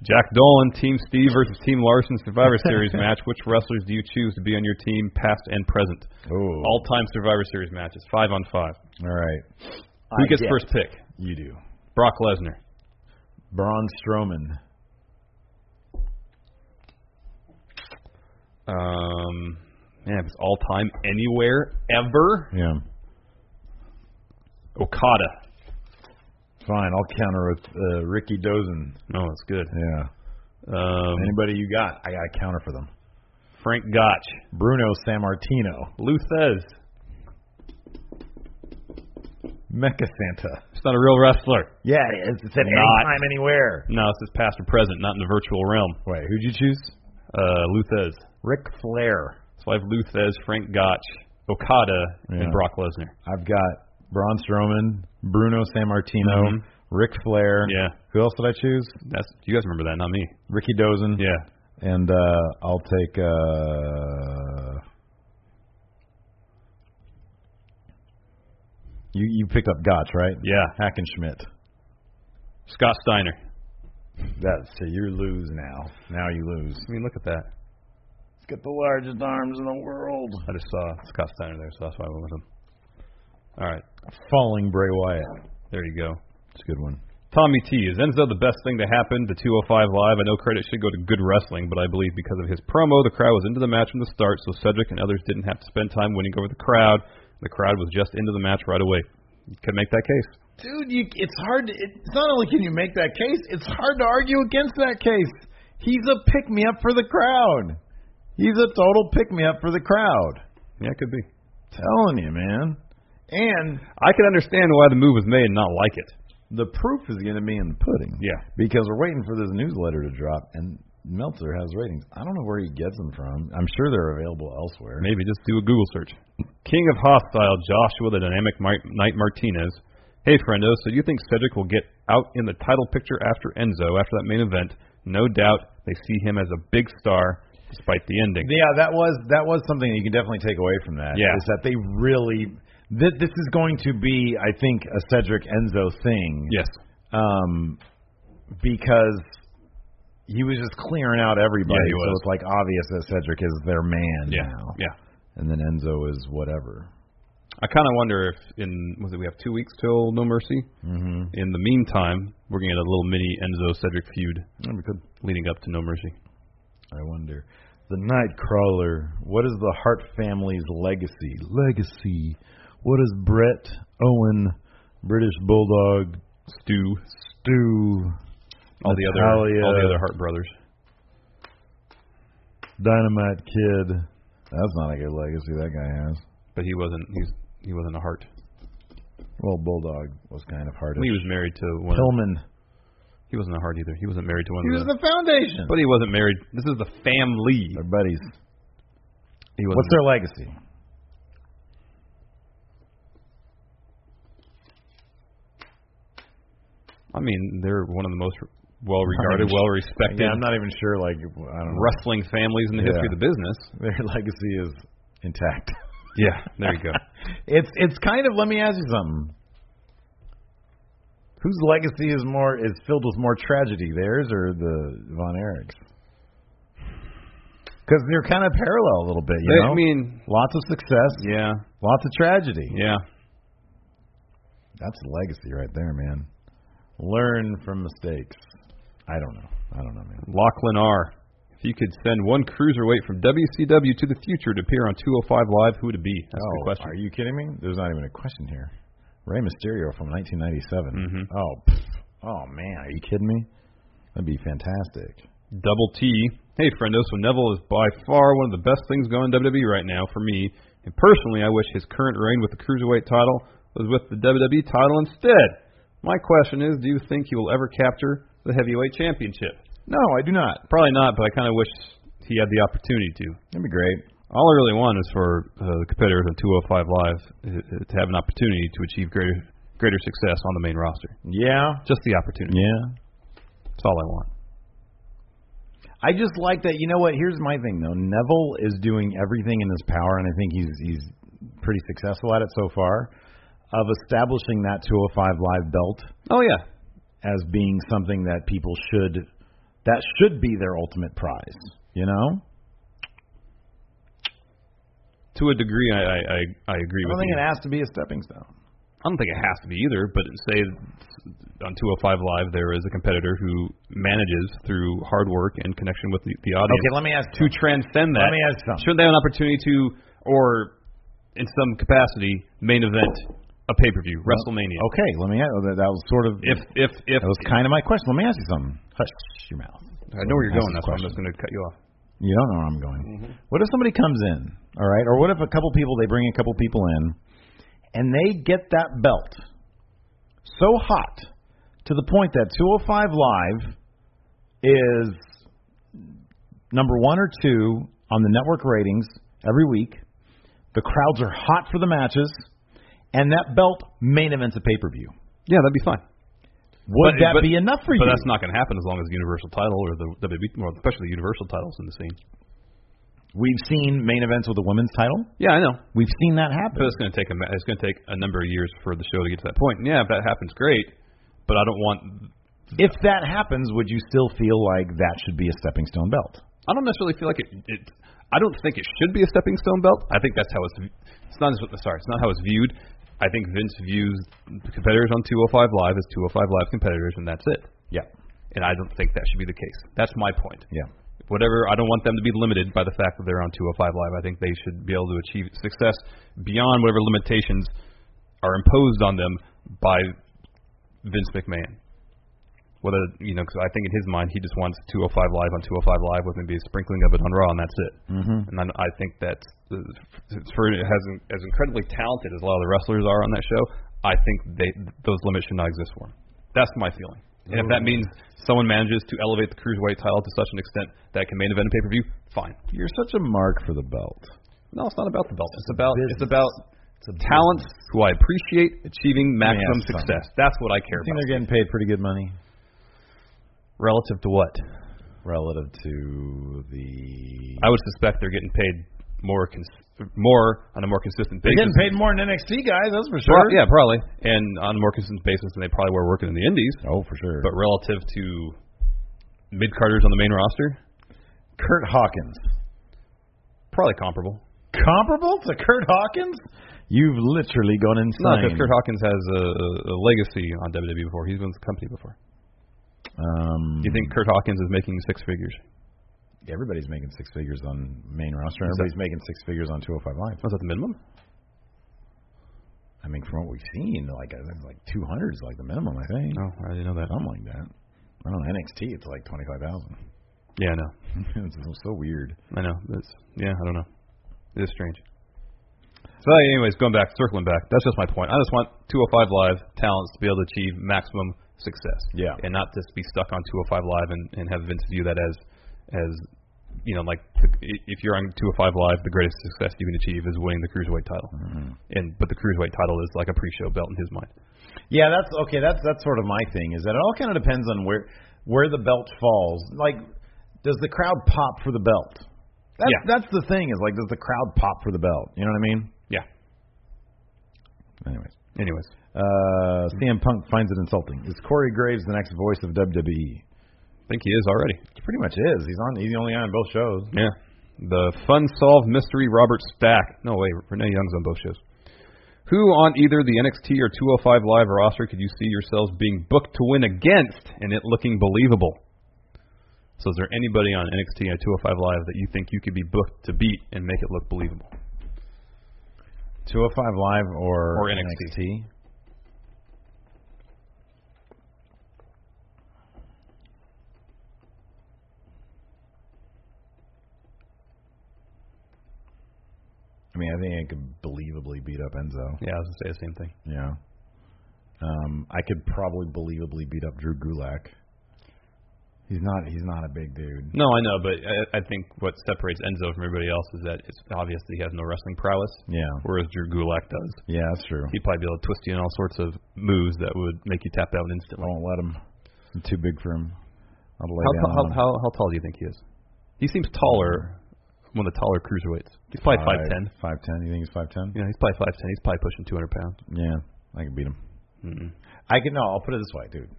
Speaker 4: Jack Dolan, Team Steve versus Team Larson Survivor Series match. Which wrestlers do you choose to be on your team, past and present?
Speaker 1: Oh,
Speaker 4: All-time Survivor Series matches, five on five.
Speaker 1: all right.
Speaker 4: Who
Speaker 1: I
Speaker 4: gets
Speaker 1: guess.
Speaker 4: first pick?
Speaker 1: You do.
Speaker 4: Brock Lesnar.
Speaker 1: Braun Strowman.
Speaker 4: Um, man, if it's all-time anywhere ever.
Speaker 1: Yeah.
Speaker 4: Okada.
Speaker 1: Fine. I'll counter with uh, Ricky Dozen.
Speaker 4: No, that's good.
Speaker 1: Yeah.
Speaker 4: Um,
Speaker 1: Anybody you got, I got a counter for them.
Speaker 4: Frank Gotch.
Speaker 1: Bruno Sammartino.
Speaker 4: Lou says
Speaker 1: Mecha Santa.
Speaker 4: it's not a real wrestler.
Speaker 1: Yeah, it is. It's at
Speaker 4: Not-
Speaker 1: any time, anywhere.
Speaker 4: No, this is past or present, not in the virtual realm.
Speaker 1: Wait, who'd you choose?
Speaker 4: Uh, Luthez.
Speaker 1: Ric Flair.
Speaker 4: So I have Luthez, Frank Gotch, Okada,
Speaker 1: Yeah.
Speaker 4: and Brock Lesnar.
Speaker 1: I've got Braun Strowman, Bruno Sammartino,
Speaker 4: Mhm.
Speaker 1: Ric Flair.
Speaker 4: Yeah.
Speaker 1: Who else did I choose?
Speaker 4: That's you guys remember that, not me.
Speaker 1: Ricky Dozen.
Speaker 4: Yeah.
Speaker 1: And uh, I'll take. Uh, you you picked up Gotch, right?
Speaker 4: Yeah.
Speaker 1: Hackenschmidt.
Speaker 4: Scott Steiner.
Speaker 1: That's so you lose now. Now you lose.
Speaker 4: I mean, look at that.
Speaker 1: He's got the largest arms in the world.
Speaker 4: I just saw Scott Steiner there, so that's why I went with him. All right.
Speaker 1: Falling Bray Wyatt.
Speaker 4: There you go.
Speaker 1: It's a good one.
Speaker 4: Tommy T. Is Enzo the best thing to happen to 205 Live? I know credit should go to good wrestling, but I believe because of his promo, the crowd was into the match from the start, so Cedric and others didn't have to spend time winning over the crowd. The crowd was just into the match right away. You can make that case.
Speaker 1: Dude, you, it's hard. To, it's not only can you make that case, it's hard to argue against that case. He's a pick me up for the crowd. He's a total pick me up for the crowd.
Speaker 4: Yeah, it could be.
Speaker 1: Telling you, man. And
Speaker 4: I can understand why the move was made and not like it.
Speaker 1: the proof is going to be in the pudding.
Speaker 4: Yeah.
Speaker 1: Because we're waiting for this newsletter to drop, and Meltzer has ratings. I don't know where he gets them from. I'm sure they're available elsewhere.
Speaker 4: Maybe just do a Google search. King of Hostile, Joshua the Dynamic Mi- Knight Martinez. Hey, friendo, so you think Cedric will get out in the title picture after Enzo, after that main event? No doubt they see him as a big star despite the ending.
Speaker 1: Yeah, that was that was something that you can definitely take away from that.
Speaker 4: Yeah.
Speaker 1: is that they really th- this is going to be, I think, a Cedric Enzo thing.
Speaker 4: Yes.
Speaker 1: um, because he was just clearing out everybody.
Speaker 4: Yeah, he
Speaker 1: So
Speaker 4: was.
Speaker 1: it's like obvious that Cedric is their man
Speaker 4: Yeah.
Speaker 1: now.
Speaker 4: Yeah.
Speaker 1: and then Enzo is whatever.
Speaker 4: I kind of wonder if in was it we have two weeks till No Mercy. Mm-hmm. In the meantime, we're gonna get a little mini Enzo Cedric feud
Speaker 1: That'd be good.
Speaker 4: leading up to No Mercy.
Speaker 1: I wonder. The Nightcrawler. What is the Hart family's legacy? Legacy. What is Brett Owen, British Bulldog,
Speaker 4: Stu,
Speaker 1: Stu,
Speaker 4: all the other
Speaker 1: Natalia,
Speaker 4: all the other Hart brothers.
Speaker 1: Dynamite Kid? That's not a good legacy that guy has.
Speaker 4: But he wasn't he's he wasn't a Hart.
Speaker 1: Well, Bulldog was kind of hard.
Speaker 4: He was married to one. of-
Speaker 1: Pillman.
Speaker 4: he wasn't a Hart either. He wasn't married to one.
Speaker 1: He
Speaker 4: of
Speaker 1: was
Speaker 4: the,
Speaker 1: the foundation.
Speaker 4: but he wasn't married. This is the family.
Speaker 1: They're buddies.
Speaker 4: He wasn't-
Speaker 1: What's their legacy?
Speaker 4: I mean, they're one of the most well regarded, well respected
Speaker 1: Yeah, I'm not even sure. Like, I don't know.
Speaker 4: wrestling families in the history
Speaker 1: Yeah.
Speaker 4: of the business.
Speaker 1: Their legacy is intact.
Speaker 4: Yeah, there you go.
Speaker 1: it's it's kind of. Let me ask you something. Whose legacy is more is filled with more tragedy, theirs or the Von Erichs? Because they're kind of parallel a little bit, you
Speaker 4: They-
Speaker 1: know.
Speaker 4: I mean,
Speaker 1: lots of success,
Speaker 4: yeah,
Speaker 1: lots of tragedy.
Speaker 4: yeah.
Speaker 1: That's legacy right there, man. Learn from mistakes. I don't know. I don't know, man.
Speaker 4: Lachlan R. If you could send one cruiserweight from WCW to the future to appear on 205 Live, who would it be? That's a
Speaker 1: oh,
Speaker 4: good question.
Speaker 1: Are you kidding me? There's not even a question here. Rey Mysterio from 1997.
Speaker 4: Mhm.
Speaker 1: Oh, pff. oh man, are you kidding me? That'd be fantastic.
Speaker 4: Double T. Hey, friendo, so Neville is by far one of the best things going in WWE right now for me. And personally, I wish his current reign with the Cruiserweight title was with the WWE title instead. My question is, do you think he will ever capture the Heavyweight Championship?
Speaker 1: No, I do not.
Speaker 4: Probably not, but I kind of wish he had the opportunity to.
Speaker 1: That'd be great.
Speaker 4: All I really want is for uh, the competitors on 205 Live uh, to have an opportunity to achieve greater greater success on the main roster.
Speaker 1: Yeah.
Speaker 4: Just the opportunity.
Speaker 1: Yeah.
Speaker 4: That's all I want.
Speaker 1: I just like that. You know what? Here's my thing though. Neville is doing everything in his power, and I think he's he's pretty successful at it so far, of establishing that 205 live belt
Speaker 4: Oh yeah,
Speaker 1: as being something that people should that should be their ultimate prize. You know.
Speaker 4: to a degree, I I, I, I agree
Speaker 1: I
Speaker 4: with
Speaker 1: don't think
Speaker 4: you.
Speaker 1: it has to be a stepping stone.
Speaker 4: I don't think it has to be either, but say on 205 Live there is a competitor who manages through hard work and connection with the, the audience
Speaker 1: Okay, let me ask
Speaker 4: to transcend that.
Speaker 1: Let me ask something.
Speaker 4: Shouldn't they have an opportunity to, or in some capacity, main event a pay per view WrestleMania?
Speaker 1: Okay, let me ask. That, that was sort of
Speaker 4: If if if
Speaker 1: that was kind of my question. Let me ask you something. Hush your mouth.
Speaker 4: I know where you're
Speaker 1: Ask
Speaker 4: going,
Speaker 1: this
Speaker 4: that's why I'm
Speaker 1: question.
Speaker 4: just going to cut you off.
Speaker 1: You don't know where I'm going. What if somebody comes in, all right? Or what if a couple people they bring a couple people in, and they get that belt so hot to the point that 205 Live is number one or two on the network ratings every week. The crowds are hot for the matches, and that belt main events a pay per view.
Speaker 4: Yeah, that'd be fine.
Speaker 1: Would
Speaker 4: But-
Speaker 1: that
Speaker 4: but-
Speaker 1: be enough for
Speaker 4: But
Speaker 1: you?
Speaker 4: that's not going to happen as long as the Universal title or the WWE, well, especially the Universal titles in the scene.
Speaker 1: We've seen main events with a women's title.
Speaker 4: Yeah, I know.
Speaker 1: We've seen that happen.
Speaker 4: But it's going to take a ma- it's going to take a number of years for the show to get to that point. And yeah, if that happens, great. But I don't want.
Speaker 1: If that happens, would you still feel like that should be a stepping stone belt?
Speaker 4: I don't necessarily feel like it. it I don't think it should be a stepping stone belt. I think that's how it's. It's not. as- Sorry, it's not how it's viewed. I think Vince views the competitors on 205 Live as 205 Live competitors, and that's it.
Speaker 1: Yeah.
Speaker 4: And I don't think that should be the case. That's my point.
Speaker 1: Yeah.
Speaker 4: whatever. I don't want them to be limited by the fact that they're on 205 Live. I think they should be able to achieve success beyond whatever limitations are imposed on them by Vince McMahon. Whether you know, because I think in his mind he just wants 205 Live on 205 Live with maybe a sprinkling of it on Raw, and that's it. Mm-hmm. And then I think that for as as incredibly talented as a lot of the wrestlers are on that show, I think they those limits should not exist for them. That's my feeling. And if that
Speaker 1: Mm.
Speaker 4: means someone manages to elevate the cruiserweight title to such an extent that it can main event a pay per view, fine.
Speaker 1: You're such a mark for the belt.
Speaker 4: No, it's not about the belt. It's, about
Speaker 1: business.
Speaker 4: it's about
Speaker 1: It's a
Speaker 4: talents who I appreciate achieving
Speaker 1: Let me
Speaker 4: maximum
Speaker 1: ask something.
Speaker 4: success. That's what I care
Speaker 1: I think
Speaker 4: about.
Speaker 1: they're getting paid pretty good money
Speaker 4: Relative to what?
Speaker 1: relative to the.
Speaker 4: I would suspect they're getting paid more cons- more on a more consistent
Speaker 1: They're
Speaker 4: basis.
Speaker 1: getting paid more than NXT guys, that's for
Speaker 4: Pro-
Speaker 1: sure.
Speaker 4: yeah, probably, and on a more consistent basis than they probably were working in the Indies.
Speaker 1: Oh, for sure.
Speaker 4: But relative to mid carters on the main roster,
Speaker 1: Kurt Hawkins.
Speaker 4: probably comparable.
Speaker 1: Comparable to Kurt Hawkins? You've literally gone
Speaker 4: No,
Speaker 1: insane.
Speaker 4: because Kurt Hawkins has a, a legacy on WWE before. He's been with the company before.
Speaker 1: Um,
Speaker 4: Do you think Kurt Hawkins is making six figures?
Speaker 1: everybody's making six figures on main roster?
Speaker 4: Is that-
Speaker 1: Everybody's making six figures on 205 Live.
Speaker 4: Was that the minimum?
Speaker 1: I mean, from what we've seen, like I think like 200 is like the minimum, I think.
Speaker 4: No, I didn't know that.
Speaker 1: Something like that. I don't know. NXT, it's like 25,000.
Speaker 4: Yeah, I know.
Speaker 1: it's so- so weird.
Speaker 4: I know. That's yeah. I don't know. It is strange. So, anyways, going back, circling back. That's just my point. I just want 205 Live talents to be able to achieve maximum success.
Speaker 1: Yeah.
Speaker 4: And not just be stuck on 205 Live and, and have Vince view that as as you know like the, i- if you're on 205 Live, the greatest success you can achieve is winning the cruiserweight title. And but the cruiserweight title is like a pre-show belt in his mind.
Speaker 1: Yeah, that's okay. That's that's sort of my thing is that it all kind of depends on where where the belt falls. Like, does the crowd pop for the belt? That's
Speaker 4: Yeah.
Speaker 1: that's the thing is like, does the crowd pop for the belt? You know what I mean?
Speaker 4: Yeah.
Speaker 1: Anyways,
Speaker 4: Anyways,
Speaker 1: uh, CM Punk finds it insulting. Is Corey Graves the next voice of WWE?
Speaker 4: I think he is already.
Speaker 1: He pretty much is. He's on. He's the only guy on both shows.
Speaker 4: Yeah. The Fun Solve Mystery Robert Stack. No, wait, Renee Young's on both shows. Who on either the NXT or 205 Live roster could you see yourselves being booked to win against and it looking believable? So is there anybody on NXT and 205 Live that you think you could be booked to beat and make it look believable?
Speaker 1: 205 Live or
Speaker 4: Or NXT.
Speaker 1: I mean, I think I could believably beat up Enzo.
Speaker 4: Yeah, I was going to say the same thing.
Speaker 1: Yeah. Um, I could probably believably beat up Drew Gulak. He's not. He's not a big dude.
Speaker 4: No, I know, but I, I think what separates Enzo from everybody else is that it's obvious that he has no wrestling prowess,
Speaker 1: Yeah.
Speaker 4: whereas Drew Gulak does.
Speaker 1: Yeah, that's true.
Speaker 4: He'd probably be able to twist you in all sorts of moves that would make you tap out
Speaker 1: I
Speaker 4: instantly.
Speaker 1: won't let him. I'm too big for him. I'll lay
Speaker 4: How,
Speaker 1: down.
Speaker 4: ta- how,
Speaker 1: on him.
Speaker 4: how, how tall do you think he is? He seems taller, one of the taller cruiserweights. He's probably five ten.
Speaker 1: Five ten. You think he's five ten?
Speaker 4: Yeah, he's probably five ten. He's probably pushing two hundred pounds.
Speaker 1: Yeah, I could beat him. I could no. I'll put it this way, dude.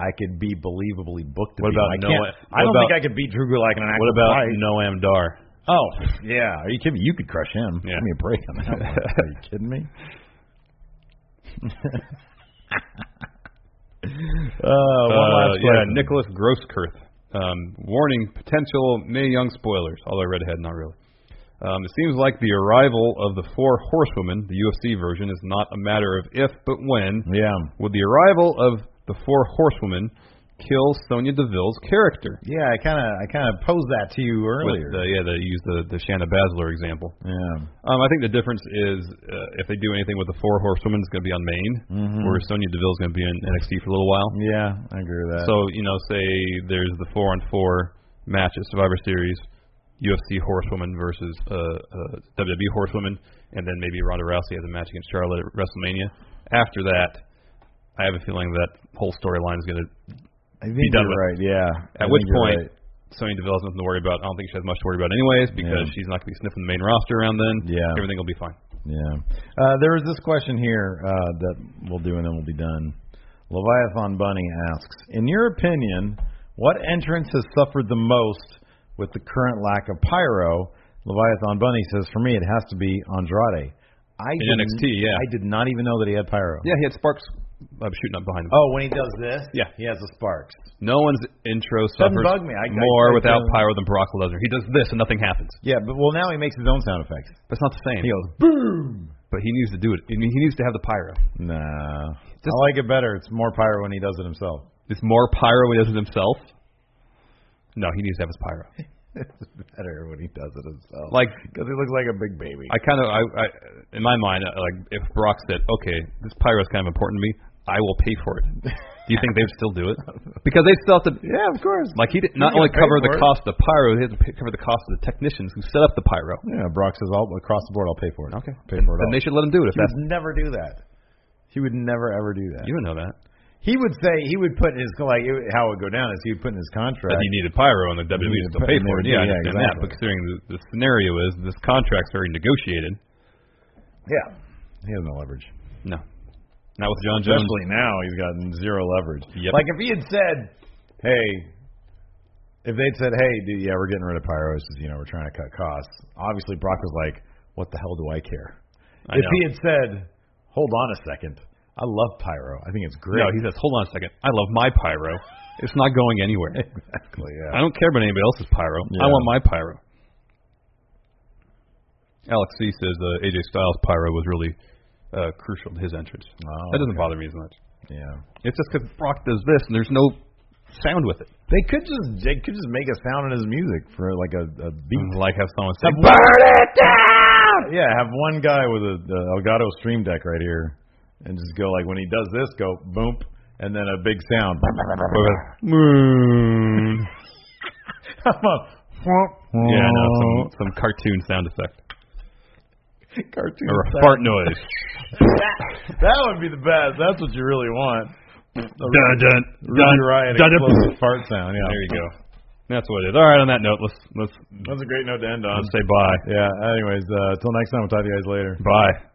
Speaker 1: I could be believably booked. To
Speaker 4: What
Speaker 1: beat
Speaker 4: about
Speaker 1: him. I can't, I
Speaker 4: Noah- what
Speaker 1: don't
Speaker 4: about-
Speaker 1: think I could beat Drew Gulak in an actual
Speaker 4: What about
Speaker 1: fight.
Speaker 4: Noam Dar?
Speaker 1: Oh yeah, are you kidding? me? You could crush him.
Speaker 4: Yeah.
Speaker 1: Give me a break on that. one. are you kidding me? uh, one
Speaker 4: Uh,
Speaker 1: last
Speaker 4: yeah,
Speaker 1: question.
Speaker 4: Nicholas Grosskirth. Um, warning: potential May Young spoilers. Although redhead, not really. Um, it seems like the arrival of the four horsewomen, the UFC version, is not a matter of if but when.
Speaker 1: Yeah,
Speaker 4: Would the arrival of the four horsewomen kill Sonya Deville's character?
Speaker 1: yeah. I kind of, I kind of posed that to you earlier.
Speaker 4: With the, yeah, they use the the Shanna Basler example.
Speaker 1: yeah,
Speaker 4: Um, I think the difference is uh, if they do anything with the four horsewomen, it's going to be on Maine,
Speaker 1: Mhm.
Speaker 4: where Sonya Deville's going to be in NXT for a little while.
Speaker 1: yeah. I agree with that.
Speaker 4: So you know, say there's the four on four match at Survivor Series, UFC horsewoman versus uh, uh, WWE horsewoman, and then maybe Ronda Rousey has a match against Charlotte at WrestleMania. After that, I have a feeling that whole storyline is going to.
Speaker 1: I think
Speaker 4: be done
Speaker 1: you're right. Yeah. I
Speaker 4: At which
Speaker 1: think you're
Speaker 4: point,
Speaker 1: right.
Speaker 4: Sonya Deville has nothing to worry about. I don't think she has much to worry about, anyways, because
Speaker 1: Yeah.
Speaker 4: she's not going to be sniffing the main roster around then.
Speaker 1: Yeah.
Speaker 4: everything will be fine.
Speaker 1: Yeah. Uh, there was this question here uh, that we'll do and then we'll be done. Leviathan Bunny asks, in your opinion, what entrance has suffered the most with the current lack of pyro? Leviathan Bunny says, for me, it has to be Andrade. I
Speaker 4: In
Speaker 1: didn't-
Speaker 4: NXT, yeah.
Speaker 1: I did not even know that he had pyro.
Speaker 4: Yeah, he had sparks uh, shooting up behind him.
Speaker 1: Oh, when he does this,
Speaker 4: Yeah.
Speaker 1: he has the sparks.
Speaker 4: No one's intro
Speaker 1: Doesn't
Speaker 4: suffers
Speaker 1: bug me. I- I-
Speaker 4: more
Speaker 1: I
Speaker 4: without
Speaker 1: don't-
Speaker 4: pyro than Brock Lesnar. He does this and nothing happens.
Speaker 1: Yeah, but well, now he makes his own sound effects.
Speaker 4: That's not the same.
Speaker 1: He goes boom.
Speaker 4: but he needs to do it. He he needs to have the pyro.
Speaker 1: Nah,
Speaker 4: Just-
Speaker 1: I like it better. It's more pyro when he does it himself.
Speaker 4: It's more pyro he does it himself. No, he needs to have his pyro.
Speaker 1: It's better when he does it himself.
Speaker 4: Like-
Speaker 1: because he looks like a big baby.
Speaker 4: I kind of, I, I, in my mind, uh, like if Brock said, "Okay, this pyro is kind of important to me," I will pay for it. Do you think they would still do it? Because they still have to.
Speaker 1: Yeah, of course.
Speaker 4: Like he did not
Speaker 1: He's
Speaker 4: only
Speaker 1: gonna pay
Speaker 4: cover the
Speaker 1: for it.
Speaker 4: cost of the pyro, he had to pay, cover the cost of the technicians who set up the pyro.
Speaker 1: Yeah, Brock says all across the board, I'll pay for it.
Speaker 4: Okay.
Speaker 1: pay for it.
Speaker 4: Then
Speaker 1: all.
Speaker 4: they should let him do it if
Speaker 1: He
Speaker 4: that's.
Speaker 1: would never do that. He would never ever do that.
Speaker 4: You would know that.
Speaker 1: He would say he would put his like it, would- how it would go down is he would put in his contract.
Speaker 4: That he needed pyro and the E WWE
Speaker 1: needed
Speaker 4: still
Speaker 1: pyro,
Speaker 4: paid
Speaker 1: and
Speaker 4: for it.
Speaker 1: they would-
Speaker 4: Yeah, I
Speaker 1: yeah,
Speaker 4: understand that.
Speaker 1: exactly.
Speaker 4: But considering the, the scenario is this contract's very negotiated.
Speaker 1: yeah, he has no leverage.
Speaker 4: No. Not with John Jones.
Speaker 1: Especially now, he's gotten zero leverage.
Speaker 4: Yep.
Speaker 1: Like if he had said, "Hey," if they'd said, "Hey, dude, yeah, we're getting rid of pyros, you know, we're trying to cut costs." Obviously, Brock was like, "What the hell do I care?"
Speaker 4: I
Speaker 1: if
Speaker 4: know.
Speaker 1: he had said, "Hold on a second, I love pyro. I think it's great."
Speaker 4: No, he says, hold on a second. I love my pyro. It's not going anywhere.
Speaker 1: exactly.
Speaker 4: I
Speaker 1: Yeah.
Speaker 4: don't care about anybody else's pyro. I
Speaker 1: Yeah.
Speaker 4: want my pyro. Alex C says uh, AJ Styles' pyro was really uh, crucial to his entrance.
Speaker 1: Oh,
Speaker 4: that
Speaker 1: okay.
Speaker 4: doesn't bother me as much.
Speaker 1: Yeah.
Speaker 4: It's just because Brock does this and there's no sound with it.
Speaker 1: They could just they could just make a sound in his music for like a, a beat.
Speaker 4: Like have someone say,
Speaker 1: burn it down. Yeah, have one guy with a, a Elgato Stream Deck right here, and just go like when he does this, go boom, and then a big sound.
Speaker 4: "Burn."
Speaker 1: yeah,
Speaker 4: yeah, no,
Speaker 1: no,
Speaker 4: some, some cartoon sound effect.
Speaker 1: cartoon.
Speaker 4: Or a
Speaker 1: sound.
Speaker 4: fart noise.
Speaker 1: That would be the best. That's what you really want.
Speaker 4: dun, dun,
Speaker 1: Ruby Riot
Speaker 4: dun, dun.
Speaker 1: explosive fart sound. Yeah,
Speaker 4: There you go. That's what it is. All right, on that note, let's let's,
Speaker 1: That's a great note to end on.
Speaker 4: let's say bye.
Speaker 1: Yeah. Anyways, uh, till next time, we'll talk to you guys later.
Speaker 4: Bye.